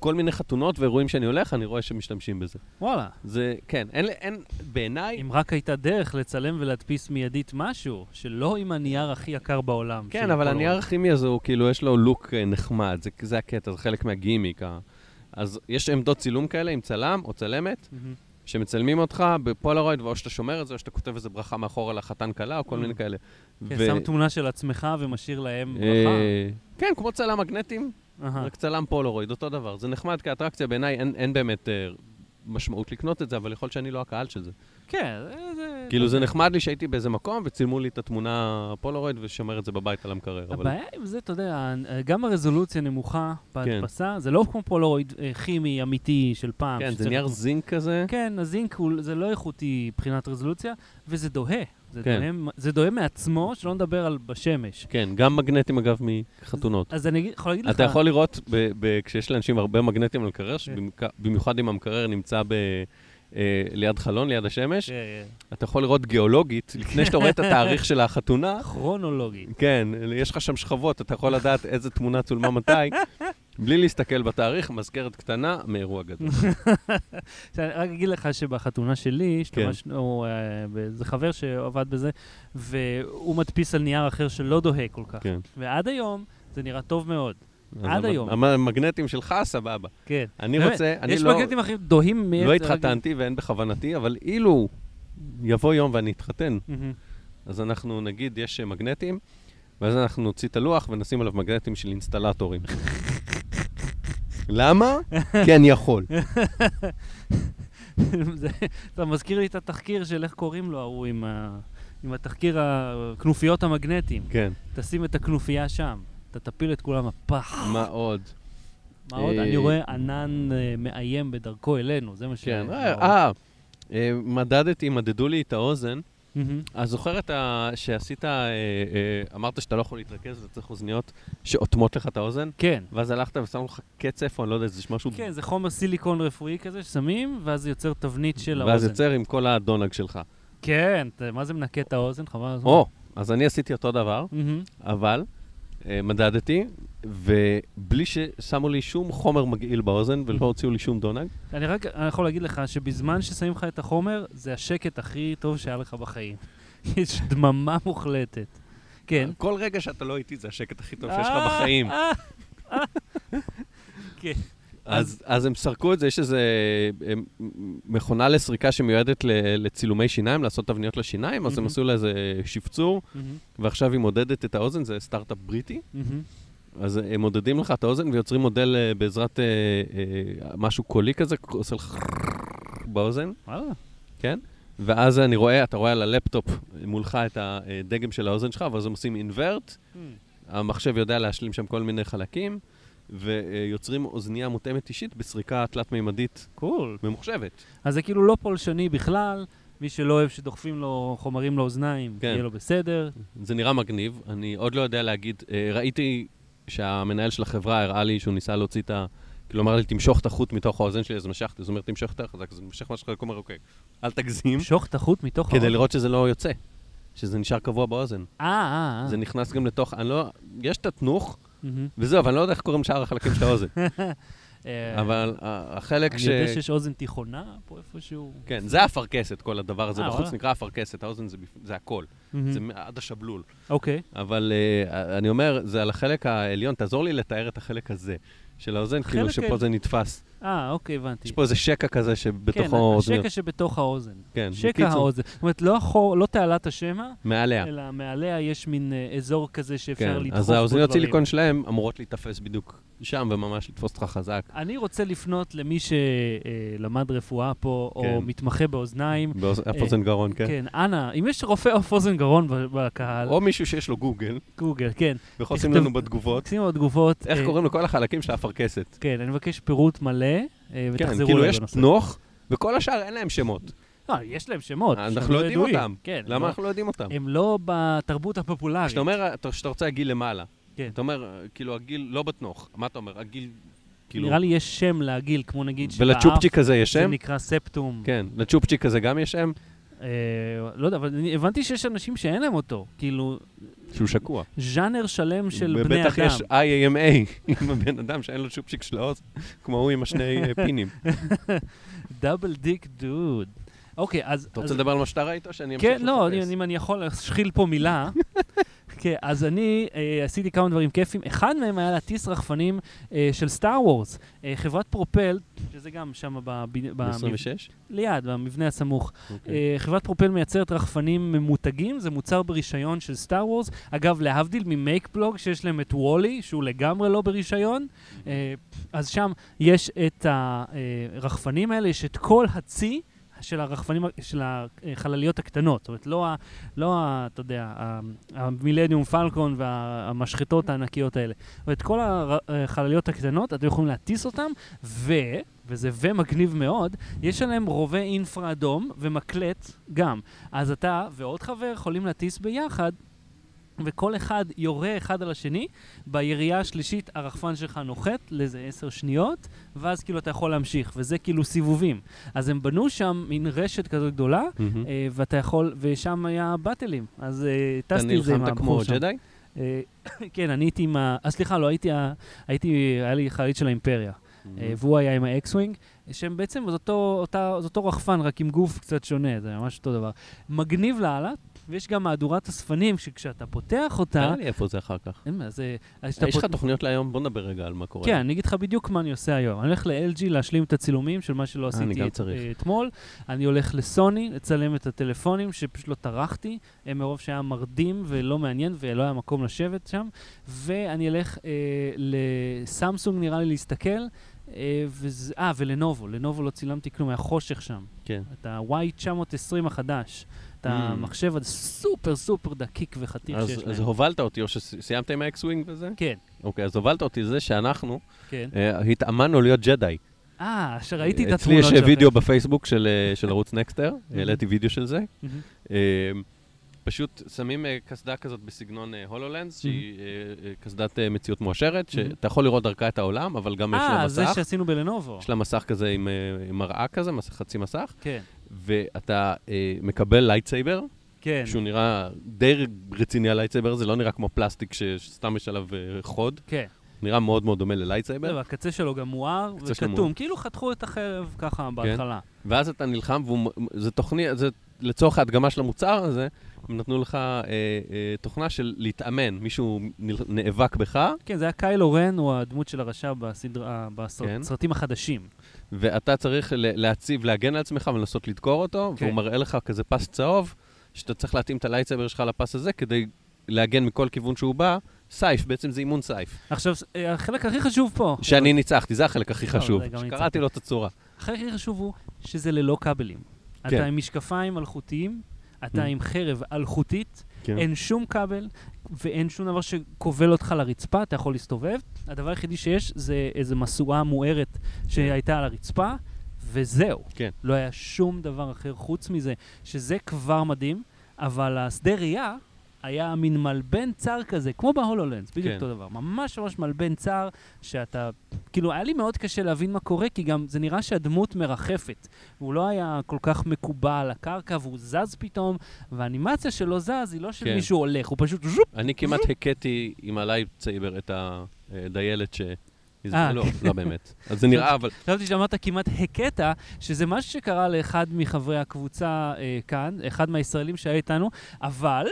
B: כל מיני חתונות ואירועים שאני הולך, אני רואה שמשתמשים בזה.
A: וואלה.
B: זה, כן, אין, לי- אין, בעיניי,
A: אם רק הייתה דרך לצלם ולהדפיס מיידית משהו, שלא עם הנייר הכי יקר בעולם.
B: כן,
A: של
B: אבל
A: פולרויד.
B: הנייר הכימי הזה הוא כאילו, יש לו לוק אה, נחמד, זה, זה הקטע, זה חלק מהגימיק. ה- אז יש עמדות צילום כאלה עם צלם או צלמת,
A: מהמם.
B: שמצלמים אותך בפולרויד, ואו שאתה שומר את זה, או שאתה כותב איזה ברכה מאחורה לחתן כלה, או כל מיני כאלה.
A: כן,
B: ו-
A: שם תמונה של עצמך ומשאיר להם ברכה. אה.
B: אה, כן, כמו צלם מגנטים,
A: אהה.
B: רק צלם פולרויד, אותו דבר. זה נחמד כאטרקציה, בעיניי אין, אין באמת אה, משמעות לקנות את זה, אבל יכול להיות שאני לא הקהל של זה.
A: כן, זה- זה...
B: כאילו, זה נחמד לי שהייתי באיזה מקום וצילמו לי את התמונה פולרויד ושומר את זה בבית על המקרר. אבל...
A: הבעיה עם זה, אתה יודע, אה, גם הרזולוציה נמוכה בהדפסה, זה לא כמו פולרויד אה, כימי אמיתי של פעם.
B: כן, זה
A: שצריך-
B: נייר זינק כזה.
A: כן, הזינק הוא- זה לא איכותי מבחינת רזולוציה, וזה דוהה. זה
B: כן.
A: דוהה- זה דוהה מעצמו, שלא נדבר על בשמש.
B: כן, גם מגנטים, אגב, מחתונות.
A: אז אני אגיד- יכול להגיד לך...
B: אתה יכול
A: כן.
B: לראות, ב- ב- כשיש לאנשים הרבה מגנטים על מקרר, שבמיוחד אם המקרר נמצא ב... אה, ליד חלון, ליד השמש,
A: כן,
B: אתה יכול לראות גיאולוגית, לפני שאתה רואה את התאריך של
A: אה,
B: החתונה,
A: כרונולוגי.
B: כן, יש לך שם שכבות, אתה יכול לדעת איזה תמונה צולמה מתי, בלי להסתכל בתאריך, מזכרת קטנה מאירוע גדול.
A: עכשיו, אני רק אגיד לך שבחתונה שלי,
B: כן.
A: השתמשנו, אה, זה חבר שעבד בזה, והוא מדפיס על נייר אחר שלא דוהה כל כך.
B: כן.
A: ועד היום זה נראה טוב מאוד.
B: אז
A: עד
B: המ-
A: היום.
B: המ- המגנטים שלך, סבבה.
A: כן.
B: אני
A: באמת,
B: רוצה, אני
A: יש
B: לא-
A: מגנטים אחרים דוהים מ...
B: לא התחתנתי ואין בכוונתי, אבל אילו יבוא יום ואני אתחתן,
A: מהמם.
B: אז אנחנו נגיד, יש אה, מגנטים, ואז אנחנו נוציא את הלוח ונשים עליו מגנטים של אינסטלטורים. למה? כי אני יכול.
A: זה- אתה מזכיר לי את התחקיר של איך קוראים לו ההוא עם ה- עם התחקיר הכנופיות המגנטים.
B: כן.
A: תשים את הכנופיה שם, אתה תפיל את כולם הפח.
B: מה עוד?
A: מה עוד?
B: אה,
A: אני רואה ענן אה, מאיים בדרכו אלינו, זה מה ש...
B: כן. אה, אה, אה, מדדתי, מדדו לי את האוזן.
A: מהמם.
B: אז זוכרת ה- שעשית, אה, אה, אמרת שאתה לא יכול להתרכז ואתה צריך אוזניות שאוטמות לך את האוזן?
A: כן.
B: ואז הלכת ושמו לך קצף, או אני לא יודע, זה משהו...
A: כן, זה חומר סיליקון רפואי כזה ששמים, ואז זה יוצר תבנית של האוזן.
B: ואז יוצר עם כל הדונג שלך.
A: כן, אתה- מה זה מנקה את האוזן? חבל על הזמן.
B: או, אז אני עשיתי אותו דבר,
A: מהמם.
B: אבל אה, מדדתי, ובלי ששמו לי שום חומר מגעיל באוזן
A: Mm-hmm.
B: ולא הוציאו לי שום דונג,
A: אני רק אני יכול להגיד לך שבזמן ששמים לך את החומר, זה השקט הכי טוב שהיה לך בחיים. יש דממה מוחלטת. כן.
B: כל רגע שאתה לא איתי זה השקט הכי טוב שיש לך בחיים.
A: אה, אה, אה. כן.
B: אז אז הם סרקו את זה, יש איזה אה, מכונה לסריקה שמיועדת ל- לצילומי שיניים, לעשות תבניות לשיניים, אז הם
A: Mhm.
B: עשו לה איזה שפצור,
A: מהמם, ועכשיו-
B: ועכשיו היא מודדת את האוזן, זה סטארט-אפ בריטי.
A: מהמם.
B: אז אה, הם מודדים לך את האוזן ויוצרים מודל אה, בעזרת אה, אה, משהו קולי כזה, עושה לך באוזן,
A: וואלה.
B: כן? ואז אני רואה, אתה רואה על הלפטופ מולך את הדגם של האוזן שלך, ואז הם עושים אינברט, המחשב יודע להשלים שם כל מיני חלקים, ויוצרים אוזנייה מותאמת אישית בסריקה תלת-מימדית
A: קול.
B: ממוחשבת.
A: אז זה כאילו לא פולשני בכלל, מי שלא אוהב שדוחפים לו חומרים לאוזניים,
B: כן.
A: יהיה לו בסדר.
B: זה נראה מגניב, אני עוד לא יודע להגיד, אה, ראיתי שהמנהל של החברה הראה לי שהוא ניסה להוציא את ה... כאילו אמר לי, תמשוך את החוט מתוך האוזן שלי, אז משכתי, אז הוא אומר, תמשוך יותר חזק, אז אני משך מה שאתה אומר, אוקיי, אל תגזים,
A: משוך את החוט מתוך
B: כדי
A: האוזן.
B: לראות שזה לא יוצא, שזה נשאר קבוע באוזן.
A: אה, אה, אה.
B: זה נכנס גם לתוך, אני לא, יש את התנוך,
A: מהמם.
B: וזהו, אבל אני לא יודע איך קוראים לשאר החלקים של האוזן,
A: אה,
B: אבל ה- החלק
A: אני
B: ש...
A: יודע שיש אוזן תיכונה פה איפשהו.
B: כן, זה האפרכסת, כל הדבר הזה
A: אה,
B: בחוץ
A: וואלה. Mm-hmm.
B: נקרא אפרכסת, האוזן זה בפ- זה הכל,
A: מהמם.
B: זה מ- עד השבלול.
A: אוקיי.
B: אבל אה, אני אומר, זה על החלק העליון, תעזור לי לתאר את החלק הזה של האוזן, כאילו
A: החלק
B: שפה
A: העל-
B: זה נתפס.
A: אה, אוקיי, הבנתי.
B: יש פה איזה שקע כזה שבתוכו
A: כן,
B: אוזניות.
A: השקע שבתוך האוזן.
B: כן,
A: שקע
B: בקיצור.
A: האוזן. כן, זאת אומרת, לא החור, לא תעלת השמע,
B: מעליה.
A: אלא מעליה יש מין אה, אזור כזה שאפשר
B: כן,
A: לדחוף בו
B: אז
A: דברים.
B: האוזניות סיליקון שלהם אמורות להיתפס בדיוק שם וממש לתפוס אותך חזק
A: אני רוצה לפנות למי שלמד רפואה פה, או
B: כן.
A: מתמחה באוזניים.
B: באוז- אף אוזן גרון, כן.
A: אה, כן, אנא, אם יש רופא אוף אוזן גרון ב- בקהל,
B: או מישהו שיש לו גוגל,
A: גוגל, כן.
B: ויכול לשים
A: תכתוב-
B: לנו בתגובות,
A: שימו עוד תגובות.
B: איך
A: אה,
B: קוראים לכל החלקים של האפרכסת.
A: כן, אני מבקש פירוט מלא, אה,
B: כן,
A: ותחזרו
B: כאילו
A: אליי
B: יש
A: בנושא.
B: תנוך, וכל השאר אין להם שמות.
A: לא, יש להם שמות.
B: אנחנו
A: שהם
B: לא יודעים
A: ידועים.
B: אותם.
A: כן.
B: למה
A: לא-
B: אנחנו לא יודעים אותם?
A: הם לא בתרבות הפופולרית.
B: כשאתה אומר, אתה- כשאתה רוצה הגיל למעלה,
A: אה, כן.
B: אתה אומר, אה, כאילו, הגיל לא בתנוך. מה אתה אומר? הגיל, כאילו...
A: נראה לי יש שם להגיל, כמו נגיד
B: ולצ'ופצ'יק הזה יש
A: זה
B: שם?
A: נקרא ספטום.
B: כן, לצ'ופצ'יק הזה גם יש שם?
A: אה, לא יודע, אבל אני הבנתי שיש אנשים שאין להם אותו. כאילו,
B: שהוא שקוע.
A: ז'אנר שלם של בני
B: ובטח
A: אדם.
B: יש IAMA עם הבן אדם שאין לו צ'ופצ'יק של העוז, כמו הוא עם השני אה, פינים.
A: דאבל דיק דוד. אוקיי, אז...
B: אתה
A: אז-
B: רוצה לדבר על מה שאתה ראית או שאני אמשיך
A: כן, לא,
B: לחפש?
A: אני- אם אני יכול להשחיל פה מילה. כן, אז אני אה, עשיתי כמה דברים כיפים. אחד מהם היה להטיס רחפנים אה, של סטאר וורס. אה, חברת פרופל, שזה גם שם בבני-
B: ב-
A: במב-
B: 26?
A: ליד, במבנה הסמוך.
B: אוקיי.
A: אה, חברת פרופל מייצרת רחפנים ממותגים, זה מוצר ברישיון של סטאר וורס. אגב, להבדיל ממייק בלוג, שיש להם את וולי, שהוא לגמרי לא ברישיון, אה, אז שם יש את הרחפנים האלה, יש את כל הצי. של הרחפנים, של החלליות הקטנות, זאת אומרת, לא, ה, לא ה, אתה יודע, ה- המילניום פלקון והמשחטות הענקיות האלה. זאת אומרת, כל אה, החלליות הקטנות, אתם יכולים להטיס אותן, ו, וזה ומגניב מאוד, יש עליהם רובה אינפרה אדום ומקלט גם. אז אתה ועוד חבר יכולים להטיס ביחד וכל אחד יורה אחד על השני, בירייה השלישית הרחפן שלך נוחת לאיזה עשר שניות, ואז כאילו אתה יכול להמשיך, וזה כאילו סיבובים. אז הם בנו שם מין רשת כזו גדולה,
B: מהמם.
A: אה, ואתה יכול, ושם היה באטלים, אז אה,
B: אתה
A: טסתי עם זה עם
B: נלחמת כמו
A: הבחור שם.
B: ג'די?
A: אה, כן, אני הייתי עם ה... אה, סליחה, לא, הייתי, ה- הייתי, היה לי חללית של האימפריה.
B: Mm-hmm.
A: אה, והוא היה עם האקסווינג, שהם בעצם זה אותו, אותה, זה אותו רחפן, רק עם גוף קצת שונה, זה ממש אותו דבר. מגניב לאללה, ויש גם מהדורת אספנים, שכשאתה פותח אותה...
B: תראה לי איפה זה אחר כך.
A: אין מה, זה... אז כשאתה
B: יש לך
A: פות-
B: תוכניות להיום? בוא נדבר רגע על מה קורה.
A: כן, אני אגיד לך בדיוק מה אני עושה היום. אני הולך ל-LG להשלים את הצילומים של מה שלא
B: אני
A: עשיתי
B: גם
A: את-
B: צריך.
A: אה, אתמול. אני הולך לסוני לצלם את הטלפונים, שפשוט לא טרחתי, אה, מרוב שהיה מרדים ולא מעניין ולא היה מקום לשבת שם. ואני אלך אה, לסמסונג, נראה לי, להסתכל. אה, וזה- אה, ולנובו, לנובו לא צילמתי כלום, היה חושך שם.
B: כן.
A: את ה-Y920 החדש. את
B: Mm.
A: המחשב הסופר סופר דקיק וחתיך
B: אז
A: שיש
B: אז
A: להם.
B: הובלת אותי, או שסיימת עם האקסווינג וזה?
A: כן,
B: אוקיי, אז הובלת אותי לזה שאנחנו
A: כן.
B: אה, התאמנו להיות ג'די.
A: אה, שראיתי את
B: אצלי
A: התמונות
B: יש
A: שלכם.
B: וידאו בפייסבוק של אה, של ערוץ נקסטר, העליתי וידאו של זה.
A: מהמם.
B: אה, פשוט שמים אה, קסדה כזאת בסגנון הולולנס, שהיא אה,
A: Mm-hmm.
B: אה, קסדת אה, מציאות מואשרת,
A: מהמם.
B: שאתה יכול לראות דרכה את העולם, אבל גם יש לה
A: Mm-hmm. אה, זה
B: מסך.
A: שעשינו בלנובו.
B: לא יש לה מסך כזה עם אה, עם מראה כזה, מס- חצי מסך,
A: כן,
B: ואתה אה, מקבל לייטסייבר,
A: כן.
B: שהוא נראה די רציני הלייטסייבר הזה, לא נראה כמו פלסטיק ש- שסתם יש עליו אה, חוד,
A: כן.
B: נראה מאוד מאוד דומה ללייטסייבר,
A: והקצה שלו גם מואר
B: הקצה שלו מואר. כן.
A: וכתום. כאילו חתכו את החרב ככה בהתחלה.
B: ואז אתה נלחם, וזה תוכנית, זה לצורך ההדגמה של המוצר הזה, הם נתנו לך אה, אה, תוכנה של להתאמן, מישהו נל- נאבק בך,
A: כן, זה היה קיילו רן, הוא הדמות של הרשע בסדרה-
B: כן.
A: בסרטים החדשים.
B: ואתה צריך ל- להציב, להגן על עצמך ולנסות לדקור אותו,
A: כן.
B: והוא מראה לך כזה פס צהוב, שאתה צריך להתאים את הלייטסייבר שלך לפס הזה כדי להגן מכל כיוון שהוא בא. סייף, בעצם זה אימון סייף.
A: עכשיו, אה, החלק הכי חשוב פה,
B: שאני ניצחתי, זה החלק הכי
A: טוב,
B: חשוב.
A: לא, זה גם ניצחתי.
B: שקראתי לו את הצורה.
A: החלק הכי חשוב הוא שזה ללא כבלים.
B: כן.
A: אתה עם משקפיים אלחוטיים, אתה
B: Mm.
A: עם חרב אלחוטית,
B: כן.
A: אין שום כבל ואין שום דבר שכובל אותך לרצפה, אתה יכול להסתובב. הדבר היחידי שיש זה איזו משואה מוארת שהייתה על הרצפה, וזהו.
B: כן.
A: לא היה שום דבר אחר חוץ מזה, שזה כבר מדהים, אבל השדה ראייה היה מין מלבן צר כזה, כמו בהולולנס, בדיוק
B: כן.
A: אותו דבר. ממש ממש מלבן צר, שאתה... כאילו, היה לי מאוד קשה להבין מה קורה, כי גם זה נראה שהדמות מרחפת. הוא לא היה כל כך מקובע על הקרקע, והוא זז פתאום, והאנימציה שלו זז היא לא של
B: כן.
A: מישהו הולך, הוא פשוט ז'ופ.
B: אני כמעט הכיתי עם הלייטסייבר את הדיילת ש...
A: אה,
B: לא, לא באמת. אז זה נראה, אבל...
A: חשבתי שאמרת כמעט הקטע, שזה משהו שקרה לאחד מחברי הקבוצה אה, כאן, אחד מהישראלים שהיה איתנו, אבל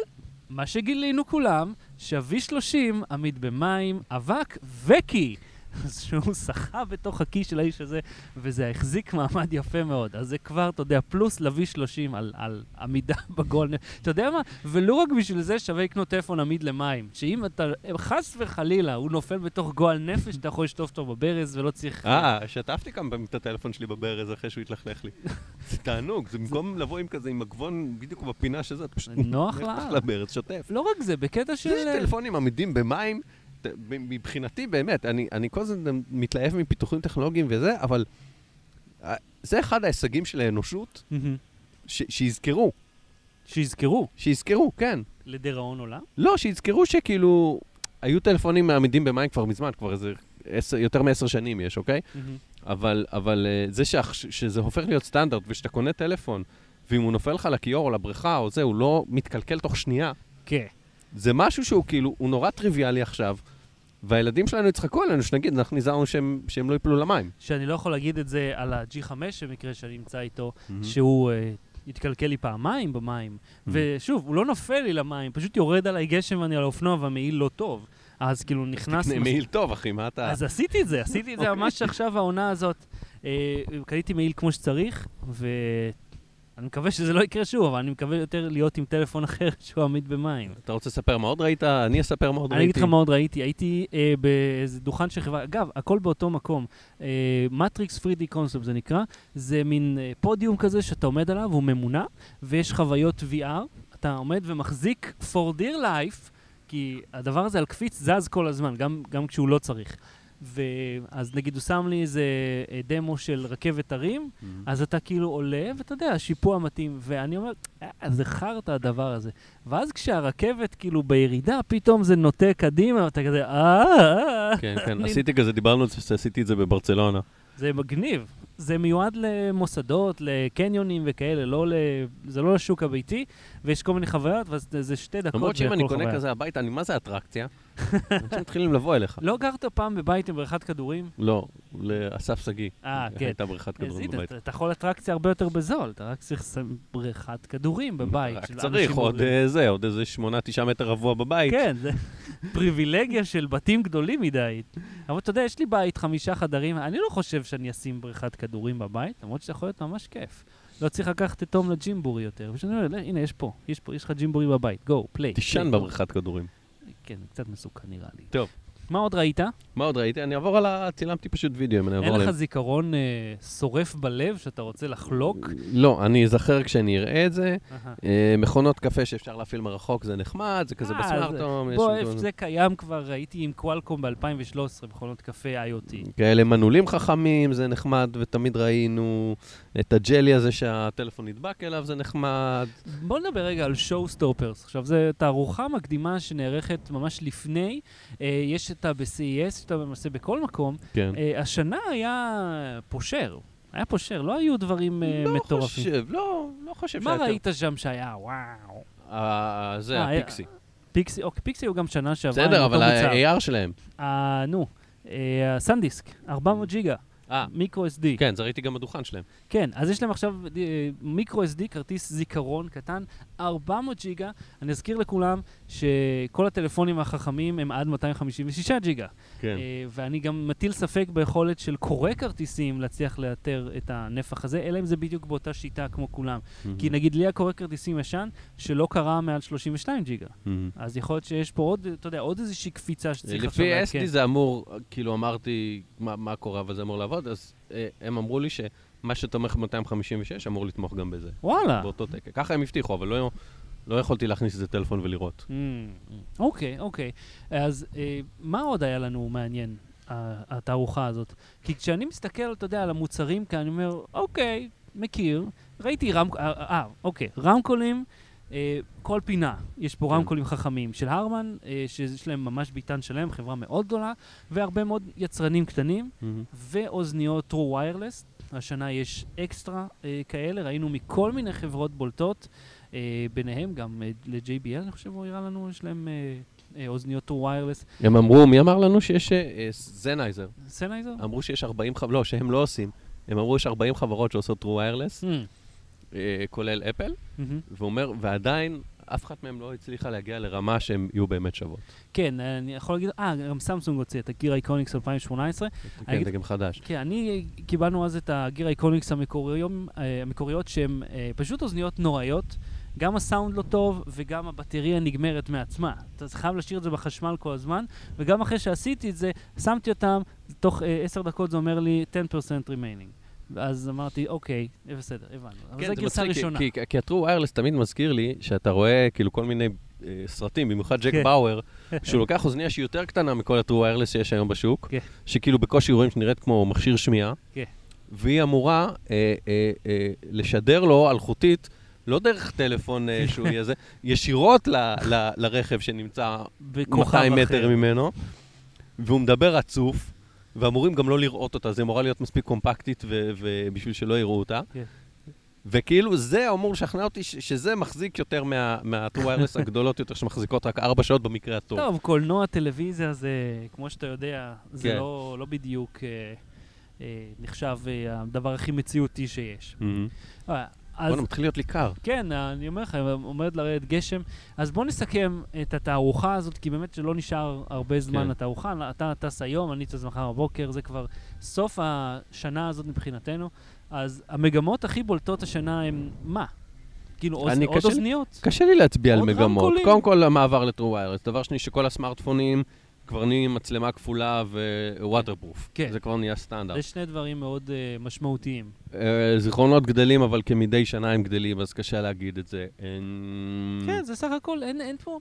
A: מה שגילינו כולם, שה-V30 עמיד במים, אבק וקי. אז שהוא סחה בתוך הכיס של האיש הזה, וזה החזיק מעמד יפה מאוד. אז זה כבר, אתה יודע, פלוס ל-V30 על, על עמידה בגול. אתה יודע מה? ולו רק בשביל זה שווה לקנות טלפון עמיד למים. שאם אתה, חס וחלילה, הוא נופל בתוך גועל נפש, אתה יכול לשטוף אותו בברז ולא צריך...
B: אה, שטפתי כמה פעמים את הטלפון שלי בברז אחרי שהוא התלכלך לי. זה תענוג, זה במקום לבוא עם כזה, עם מגבון בדיוק בפינה שזה, אתה פשוט...
A: נוח
B: לך
A: לאללה.
B: לברז, שוטף.
A: לא רק זה, בקטע של...
B: יש טלפונים עמידים במים, ת- ב- מבחינתי באמת, אני אני כל הזמן מתלהב מפיתוחים טכנולוגיים וזה, אבל אה, זה אחד ההישגים של האנושות,
A: מהמם.
B: ש- שיזכרו,
A: שיזכרו,
B: שיזכרו, כן.
A: לדיראון עולם.
B: לא, שיזכרו שכאילו, היו טלפונים מעמידים במים כבר מזמן, כבר איזה עשר, יותר מעשר שנים יש, אוקיי? אבל, אבל אה, זה שאח, שזה הופך להיות סטנדרט, ושאתה קונה טלפון, ואם הוא נופל לך לכיור או לבריכה או זה, הוא לא מתקלקל תוך שנייה,
A: כן.
B: זה משהו שהוא כאילו, הוא נורא טריוויאלי עכשיו, והילדים שלנו יצחקו עלינו, שנגיד, אנחנו נזהרנו שהם, שהם לא ייפלו למים.
A: שאני לא יכול להגיד את זה על ה-G5 במקרה שאני אמצא איתו, שהוא אה, התקלקל לי פעמיים במים. ושוב, הוא לא נופל לי למים, פשוט יורד עליי גשם ואני על האופנוע והמעיל לא טוב. אז כאילו נכנס...
B: תקנה מעיל אוקיי. טוב, אחי, מה אתה...
A: אז עשיתי את זה, עשיתי את זה ממש עכשיו, העונה הזאת. אה, קניתי מעיל כמו שצריך, ואני מקווה שזה לא יקרה שוב, אבל אני מקווה יותר להיות עם טלפון אחר שהוא עמיד במים.
B: אתה רוצה לספר מה עוד ראית? אני אספר מה עוד
A: אני אגיד
B: ראיתי.
A: לך מה עוד ראיתי, הייתי אה, באיזה דוכן של חברה, אגב, הכל באותו מקום. אה, מטריקס פרידי קונספט זה נקרא, זה מין אה, פודיום כזה שאתה עומד עליו, הוא ממונע, ויש חוויות VR, אתה עומד ומחזיק for dear life, כי הדבר הזה על קפיץ זז כל הזמן, גם, גם כשהוא לא צריך. ואז נגיד הוא שם לי איזה אה, דמו של רכבת הרים, אז אתה כאילו עולה, ואתה יודע, שיפוע מתאים. ואני אומר, "אה, זה חרטא הדבר הזה. ואז כשהרכבת כאילו בירידה, פתאום זה נוטה קדימה, ואתה כזה, "אה, אה, אה."
B: כן, כן,
A: אני-
B: עשיתי כזה, דיברנו על זה שעשיתי את זה בברצלונה.
A: זה מגניב. זה מיועד למוסדות, לקניונים וכאלה, לא ל... זה לא לשוק הביתי, ויש כל מיני חוויות, ואז זה- זה שתי דקות
B: למרות שאם אני
A: לכל
B: קונה
A: חוויה.
B: כזה הביתה, אני מה זה אטרקציה? אנשים מתחילים לבוא אליך.
A: לא גרת פעם בבית עם בריכת כדורים?
B: לא, לאסף שגיא.
A: אה, כן.
B: הייתה בריכת
A: אז
B: כדורים
A: הנה,
B: בבית.
A: אתה- אתה יכול אטרקציה הרבה יותר בזול, אתה רק צריך לשים בריכת כדורים בבית.
B: רק
A: של
B: צריך
A: אנשים
B: עוד
A: בוגרים.
B: אה, זה, עוד איזה 8-9 מטר רבוע בבית.
A: כן, זה פריבילגיה של בתים גדולים מדי. אבל אתה יודע, יש לי בית חמישה חדרים, אני לא חושב שאני אשים בריכת כדורים בבית, למרות שזה יכול להיות ממש כיף. לא צריך לקחת את תום לג'ימבורי יותר. פשוט אני אומר, "לא, הנה, יש פה, יש פה, יש לך ג'ימבורי בבית, גו, פליי.
B: תישן בבריכת כדורים.
A: כן, זה קצת מסוכן נראה לי.
B: טוב.
A: מה עוד ראית?
B: מה עוד ראיתי? אני אעבור על ה... צילמתי פשוט וידאו, אם אני אעבור
A: אין
B: עליהם.
A: לך זיכרון אה, שורף בלב שאתה רוצה לחלוק?
B: לא, אני אזכר כשאני אראה את זה.
A: אהה.
B: אה, מכונות קפה שאפשר להפעיל מרחוק, זה נחמד, זה כזה
A: אה, זה-
B: בסמארטום. יש
A: בוא,
B: שם כל
A: איפה
B: מיני-
A: זה קיים כבר, הייתי עם קוואלקום ב-2013, מכונות קפה IoT.
B: כאלה מנעולים חכמים, זה נחמד, ותמיד ראינו את הג'לי הזה שהטלפון נדבק אליו, זה נחמד.
A: בוא נדבר רגע על שואו סטופרס. עכשיו, זו תערוכה מקדימה שנערכת ממש לפני. אה, יש אותה ב-CES, שאתה למעשה E בכל מקום.
B: כן.
A: אה, השנה היה פושר. היה פושר, לא היו דברים אה,
B: לא
A: מטורפים.
B: חושב, לא, לא חושב
A: מה
B: שהיה יותר-
A: ראית שם שהיה? וואו.
B: אה, זה,
A: אה,
B: הפיקסי.
A: פיקסי, אוקיי, פיקסי הוא גם שנה שעברה. עם
B: בסדר,
A: אותו
B: אבל
A: מוצר.
B: ה-AR שלהם.
A: אה, נו, אה, הסנדיסק, 400 ג'יגה,
B: אה,
A: מיקרו SD.
B: כן, זה ראיתי גם בדוכן שלהם.
A: כן, אז יש להם עכשיו אה, מיקרו SD, כרטיס זיכרון קטן, 400 ג'יגה. אני אזכיר לכולם שכל הטלפונים החכמים הם עד 256 ג'יגה.
B: כן.
A: אה, ואני גם מטיל ספק ביכולת של קורא כרטיסים להצליח לאתר את הנפח הזה, אלא אם זה בדיוק באותה שיטה כמו כולם. כי נגיד לי הקורא כרטיסים ישן, שלא קרא מעל 32 ג'יגה. אז יכול להיות שיש פה עוד, אתה יודע, עוד איזושהי קפיצה שצריך עכשיו
B: לפי
A: לעדכן.
B: אסדי זה אמור, כאילו אמרתי מה מה קורה, אבל זה אמור לעבוד, אז אה, הם אמרו לי שמה שתומך ב-256 אמור לתמוך גם בזה.
A: וואלה.
B: באותו תקן. ככה הם הבטיחו, אבל לא- לא יכולתי להכניס את זה טלפון ולראות.
A: Mm, אוקיי, אוקיי. אז אה, מה עוד היה לנו מעניין, ה- התערוכה הזאת? כי כשאני מסתכל, אתה יודע, על המוצרים כאן, אני אומר, אוקיי, מכיר, ראיתי רמקולים, אה, אוקיי, רמקולים, אה, כל פינה, יש פה
B: כן.
A: רמקולים חכמים של הרמן, אה, שיש להם ממש ביטן שלהם, חברה מאוד גדולה, והרבה מאוד יצרנים קטנים, ואוזניות True Wireless. השנה יש אקסטרה אה, כאלה, ראינו מכל מיני חברות בולטות, אה, ביניהם גם אה, ל-JBL, אני חושב, הוא הראה לנו, יש להם אה, אה, אוזניות True Wireless.
B: הם אמרו, מי אמר לנו שיש אה, זנייזר?
A: סנייזר?
B: אמרו שיש 40 חברות, לא, שהם לא עושים. הם אמרו שיש 40 חברות שעושות true wireless, אה, כולל אפל,
A: Mm-hmm.
B: ואומר, ועדיין אף אחת מהן לא הצליחה להגיע לרמה שהן יהיו באמת שוות.
A: כן, אני יכול להגיד, אה, גם סמסונג הוציא את הגיר אייקוניקס 2018.
B: כן, זה גם חדש.
A: כן, אני, אה, קיבלנו אז את הגיר אייקוניקס המקוריום- אה, המקוריות, שהן אה, פשוט אוזניות נוראיות. גם הסאונד לא טוב, וגם הבטריה נגמרת מעצמה. אתה חייב להשאיר את זה בחשמל כל הזמן, וגם אחרי שעשיתי את זה, שמתי אותם, תוך אה, עשר דקות זה אומר לי 10% remaining. ואז אמרתי, אוקיי, בסדר, הבנו. אבל
B: כן,
A: זו
B: זה
A: גרסה
B: מצחיק, כי-
A: ראשונה.
B: כי- כי הטרו ויירלס תמיד מזכיר לי שאתה רואה כאילו כל מיני אה, סרטים, במיוחד ג'ק
A: כן.
B: באואר, שהוא לוקח אוזניה שהיא יותר קטנה מכל הטרו ויירלס שיש היום בשוק,
A: כן.
B: שכאילו בקושי רואים שנראית כמו מכשיר שמיעה,
A: כן.
B: והיא אמורה אה, אה, אה, לשדר לו אלחוטית, לא דרך טלפון אה, שהוא יהיה זה, ישירות ל- ל- לרכב שנמצא
A: בכוכב
B: 200
A: אחר.
B: מטר ממנו, והוא מדבר רצוף, ואמורים גם לא לראות אותה, זה אמורה להיות מספיק קומפקטית ו- ובשביל שלא יראו אותה.
A: כן.
B: וכאילו זה אמור לשכנע אותי ש- שזה מחזיק יותר מה-2-wireless הגדולות יותר, שמחזיקות רק 4 שעות במקרה הטוב.
A: טוב, קולנוע, טלוויזיה זה, כמו שאתה יודע, זה
B: כן.
A: לא, לא בדיוק אה, אה, נחשב אה, הדבר הכי מציאותי שיש.
B: מהמם.
A: אה, אז
B: בוא'נה, מתחיל להיות לי קר.
A: כן, אני אומר לך, עומד לרדת גשם. אז בוא נסכם את התערוכה הזאת, כי באמת שלא נשאר הרבה זמן
B: כן.
A: לתערוכה. אתה טס היום, אני טס מחר בבוקר, זה כבר סוף השנה הזאת מבחינתנו. אז המגמות הכי בולטות השנה הן מה? כאילו, אוז-
B: אני
A: עוד
B: קשה לי-
A: אוזניות?
B: קשה לי להצביע על
A: עוד
B: מגמות.
A: רמקולים.
B: קודם כל, המעבר ל-True Wireless. דבר שני, שכל הסמארטפונים כבר נהיים מצלמה כפולה ווואטרפרוף.
A: כן.
B: זה כבר נהיה סטנדרט.
A: זה שני דברים מאוד אה, משמעותיים.
B: אה, זיכרונות גדלים, אבל כמדי שנה הם גדלים, אז קשה להגיד את זה. אמ, אין-
A: כן, זה סך הכל, אין, אין פה,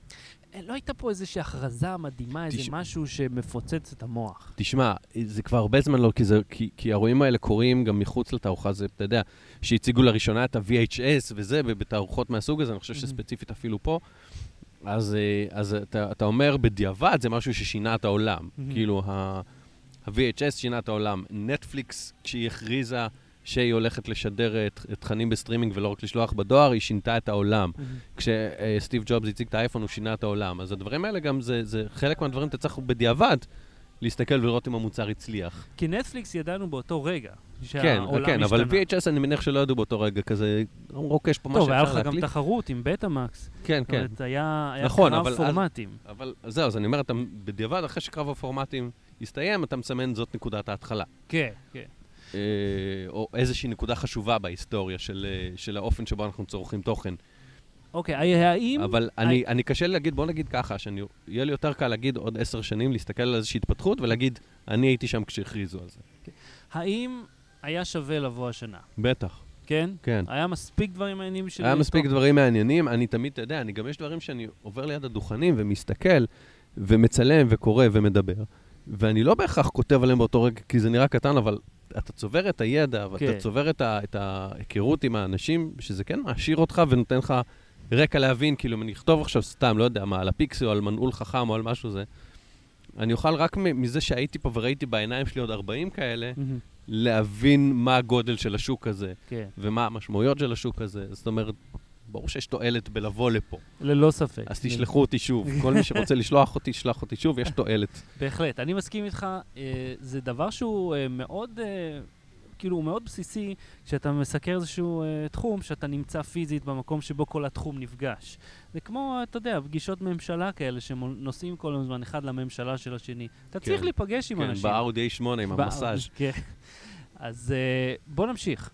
A: אה, לא הייתה פה איזושהי הכרזה מדהימה, איזה
B: תש-
A: משהו שמפוצץ את המוח.
B: תשמע, זה כבר הרבה זמן לא, כי, זה, כי, כי האירועים האלה קורים גם מחוץ לתערוכה, זה, אתה יודע, שהציגו לראשונה את ה-VHS וזה, ב- בתערוכות מהסוג הזה, אני חושב שספציפית אפילו פה, אז, אה, אז אתה, אתה אומר, בדיעבד זה משהו ששינה את העולם.
A: Mhm.
B: כאילו, ה- ה-VHS שינה את העולם. נטפליקס, כשהיא הכריזה שהיא הולכת לשדר אה, ת- תכנים בסטרימינג ולא רק לשלוח בדואר, היא שינתה את העולם. כשסטיב ג'ובס הציג את האייפון, הוא שינה את העולם. אז הדברים האלה גם, זה, זה חלק מהדברים אתה צריך בדיעבד להסתכל ולראות אם המוצר הצליח.
A: כי נטפליקס ידענו באותו רגע
B: כן,
A: שהעולם השתנה.
B: כן, אבל VHS אני מניח שלא ידעו באותו רגע, כזה, אמרו, אוקיי, יש פה מה
A: טוב, היה
B: שאפשר
A: לך גם
B: להקליט.
A: תחרות עם בטה-מקס.
B: כן,
A: זאת
B: כן.
A: אומרת, היה היה
B: נכון,
A: קרב
B: אבל אז-
A: פורמטים.
B: אבל זהו, אז אני אומר, אתה בדיעבד, אחרי שקרב הפורמטים הסתיים, אתה מסמן זאת נקודת ההתחלה.
A: כן, כן.
B: אה, או איזושהי נקודה חשובה בהיסטוריה של, אה, של האופן שבו אנחנו צורכים תוכן.
A: אוקיי, היה- האם...
B: אבל אני, אני קשה לי להגיד, בוא נגיד ככה, שיהיה לי יותר קל להגיד עוד עשר שנים, להסתכל על איזושהי התפתחות ולהגיד, אני הייתי שם כשהכריזו על זה.
A: האם היה שווה לבוא השנה?
B: בטח,
A: כן?
B: כן.
A: היה מספיק דברים מעניינים של...
B: היה מספיק דברים מעניינים, אני תמיד, אתה יודע, אני גם יש דברים שאני עובר ליד הדוכנים ומסתכל, ומצלם, וקורא, ומדבר, ואני לא בהכרח כותב עליהם באותו רגע, כי זה נראה קטן, אבל אתה צובר את הידע, ואתה
A: כן.
B: צובר את, ה, את ההיכרות עם האנשים, שזה כן מעשיר אותך ונותן לך רקע להבין, כאילו, אם אני אכתוב עכשיו סתם, לא יודע מה, על הפיקסל, או על מנעול חכם, או על משהו זה, אני אוכל רק מ- מזה שהייתי פה וראיתי בעיניים שלי עוד 40 כאלה,
A: מהמם,
B: להבין מה הגודל של השוק הזה.
A: כן,
B: ומה המשמעויות של השוק הזה. זאת אומרת, ברור שיש תועלת בלבוא לפה.
A: ללא ספק.
B: אז תשלחו אותי שוב. כל מי שרוצה לשלוח אותי, שלח אותי שוב, יש תועלת.
A: בהחלט, אני מסכים איתך. אה, זה דבר שהוא אה, מאוד, אה, כאילו, הוא מאוד בסיסי, כשאתה מסקר איזשהו אה, תחום, שאתה נמצא פיזית במקום שבו כל התחום נפגש. זה כמו, אתה יודע, פגישות ממשלה כאלה, שנוסעים כל הזמן אחד לממשלה של השני. אתה צריך להיפגש עם
B: כן,
A: אנשים.
B: ב-RDA 8 עם
A: ב-
B: המסאז'.
A: כן. אז אה, בוא נמשיך.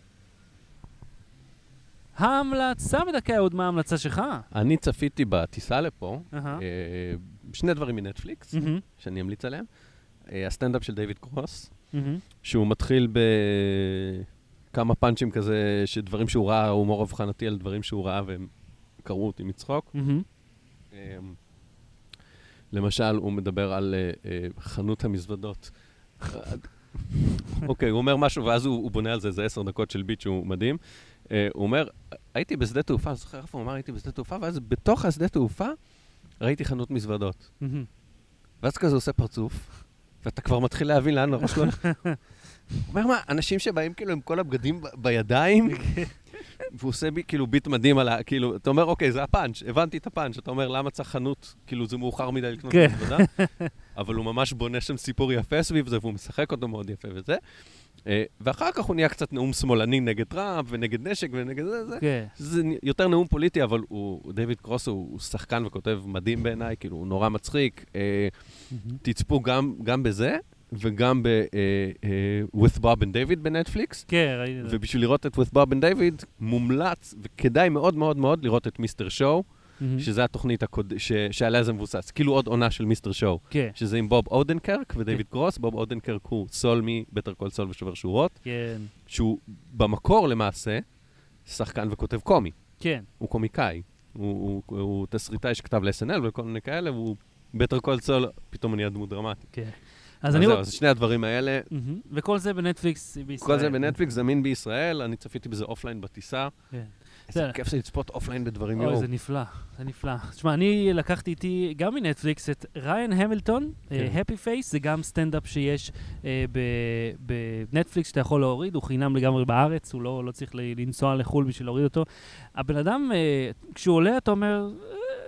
A: ההמלצה בדקה, עוד מה ההמלצה שלך?
B: אני צפיתי בטיסה לפה,
A: אהה.
B: אה, שני דברים מנטפליקס,
A: מהמם,
B: שאני אמליץ עליהם. אה, הסטנדאפ של דיוויד קרוס,
A: מהמם.
B: שהוא מתחיל בכמה פאנצ'ים כזה, שדברים שהוא ראה, הומור אבחנתי על דברים שהוא ראה והם קראו אותי מצחוק.
A: מהמם.
B: אמ, למשל, הוא מדבר על אה, אה, חנות המזוודות. אוקיי, הוא אומר משהו, ואז הוא, הוא בונה על זה איזה עשר דקות של ביט שהוא מדהים. אה, הוא אומר, הייתי בשדה תעופה, זוכר איפה הוא אמר הייתי בשדה תעופה, ואז בתוך השדה תעופה ראיתי חנות מזוודות.
A: מהמם.
B: ואז כזה עושה פרצוף, ואתה כבר מתחיל להבין לאן הראש לא... הולך. הוא אומר, מה, אנשים שבאים כאילו עם כל הבגדים ב- בידיים, והוא עושה בי כאילו ביט מדהים על ה... כאילו, אתה אומר, אוקיי, זה הפאנץ', הבנתי את הפאנץ', אתה אומר, למה צריך חנות? כאילו, זה מאוחר מדי לקנות
A: כן.
B: את העבודה, אבל הוא ממש בונה שם סיפור יפה סביב זה, והוא משחק אותו מאוד יפה וזה. אה, ואחר כך הוא נהיה קצת נאום שמאלני נגד טראמפ, ונגד נשק, ונגד זה, זה.
A: כן.
B: זה נ- יותר נאום פוליטי, אבל הוא, דיוויד קרוס הוא, הוא שחקן וכותב מדהים בעיניי, כאילו, הוא נורא מצחיק. אה, תצפו גם, גם בזה, וגם ב- אה, אה, With Bob and David בנטפליקס.
A: כן, ראיתי את זה.
B: ובשביל לראות את With Bob and David, מומלץ וכדאי מאוד מאוד מאוד לראות את מיסטר שואו,
A: מהמם.
B: שזה התוכנית הקוד... ש... שעליה זה מבוסס. כאילו עוד עונה של מיסטר שואו,
A: כן,
B: שזה עם בוב אודנקרק ודייוויד קרוס. בוב אודנקרק הוא סול מבטר קול סול ושובר שורות,
A: כן,
B: שהוא במקור למעשה שחקן וכותב קומי.
A: כן.
B: הוא קומיקאי. הוא, הוא, הוא תסריטאי שכתב ל-SNL וכל מיני כאלה, והוא בטר קול סול, פתאום נהיה דמות דרמטית.
A: אז אני
B: אה, זהו,
A: רוצה...
B: אז שני הדברים האלה,
A: מהמם. וכל זה בנטפליקס בישראל.
B: כל זה בנטפליקס זמין בישראל, אני צפיתי בזה אופליין בטיסה.
A: כן.
B: איזה
A: בסדר.
B: כיף זה לצפות אופליין בדברים
A: אוי,
B: יואו.
A: זה נפלא, זה נפלא. תשמע, אני לקחתי איתי גם מנטפליקס את ריין המילטון,
B: כן.
A: הפי פייס, זה גם סטנדאפ שיש אה, ב- בנטפליקס שאתה יכול להוריד, הוא חינם לגמרי בארץ, הוא לא לא צריך ל- לנסוע לחו"ל בשביל להוריד אותו. הבן אדם, אה, כשהוא עולה, אתה אומר,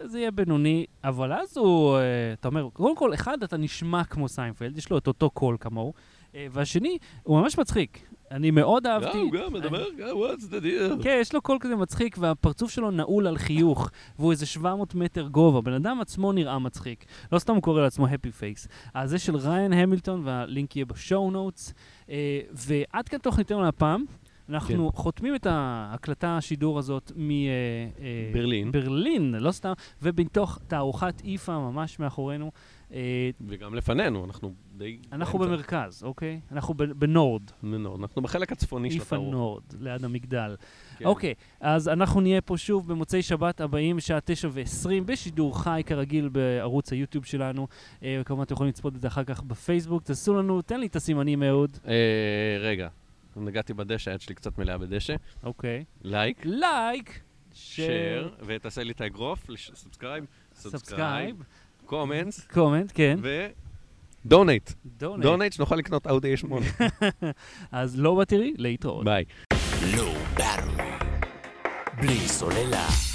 A: "אה, זה יהיה בינוני, אבל אז הוא, אה, אתה אומר, קודם כל, אחד, אתה נשמע כמו סיינפלד, יש לו את אותו קול כמוהו, אה, והשני, הוא ממש מצחיק. אני מאוד אהבתי.
B: הוא גם מדבר, גם, what's the deal?
A: כן, יש לו קול כזה מצחיק, והפרצוף שלו נעול על חיוך, והוא איזה 700 מטר גובה. בן אדם עצמו נראה מצחיק. לא סתם הוא קורא לעצמו happy face. אז זה של ריין המילטון, והלינק יהיה בשואו נוטס. אה, ועד כאן תוכניתנו להפעם. אנחנו
B: כן.
A: חותמים את ההקלטה, השידור הזאת כן.
B: ברלין.
A: מברלין, לא סתם, ובתוך תערוכת איפה ממש מאחורינו. אה,
B: וגם לפנינו, אנחנו די...
A: אנחנו
B: באמצע.
A: במרכז, אוקיי? אנחנו ב- בנורד,
B: נו, אנחנו בחלק הצפוני של
A: איפה
B: התערוך.
A: נורד, ליד המגדל.
B: כן.
A: אוקיי, אז אנחנו נהיה פה שוב במוצאי שבת הבאים, שעה תשע ועשרים, בשידור חי כרגיל בערוץ היוטיוב שלנו. אה, וכמובן אתם יכולים לצפות את זה אחר כך בפייסבוק. תעשו לנו, תן לי את הסימנים, אהוד.
B: אה, רגע, נגעתי בדשא, היד שלי קצת מלאה בדשא.
A: אוקיי.
B: לייק,
A: לייק,
B: שייר, ותעשה לי את האגרוף, לש- סאבסקרייב, סאבסקרייב,
A: סאבסקרייב,
B: קומנס,
A: קומנט, כן,
B: ו... דונייט.
A: דונט.
B: דונייט, שנוכל לקנות אאודי 8.
A: אז לא בתראי, להתראות.
B: ביי.
C: Low Battery. בלי סוללה.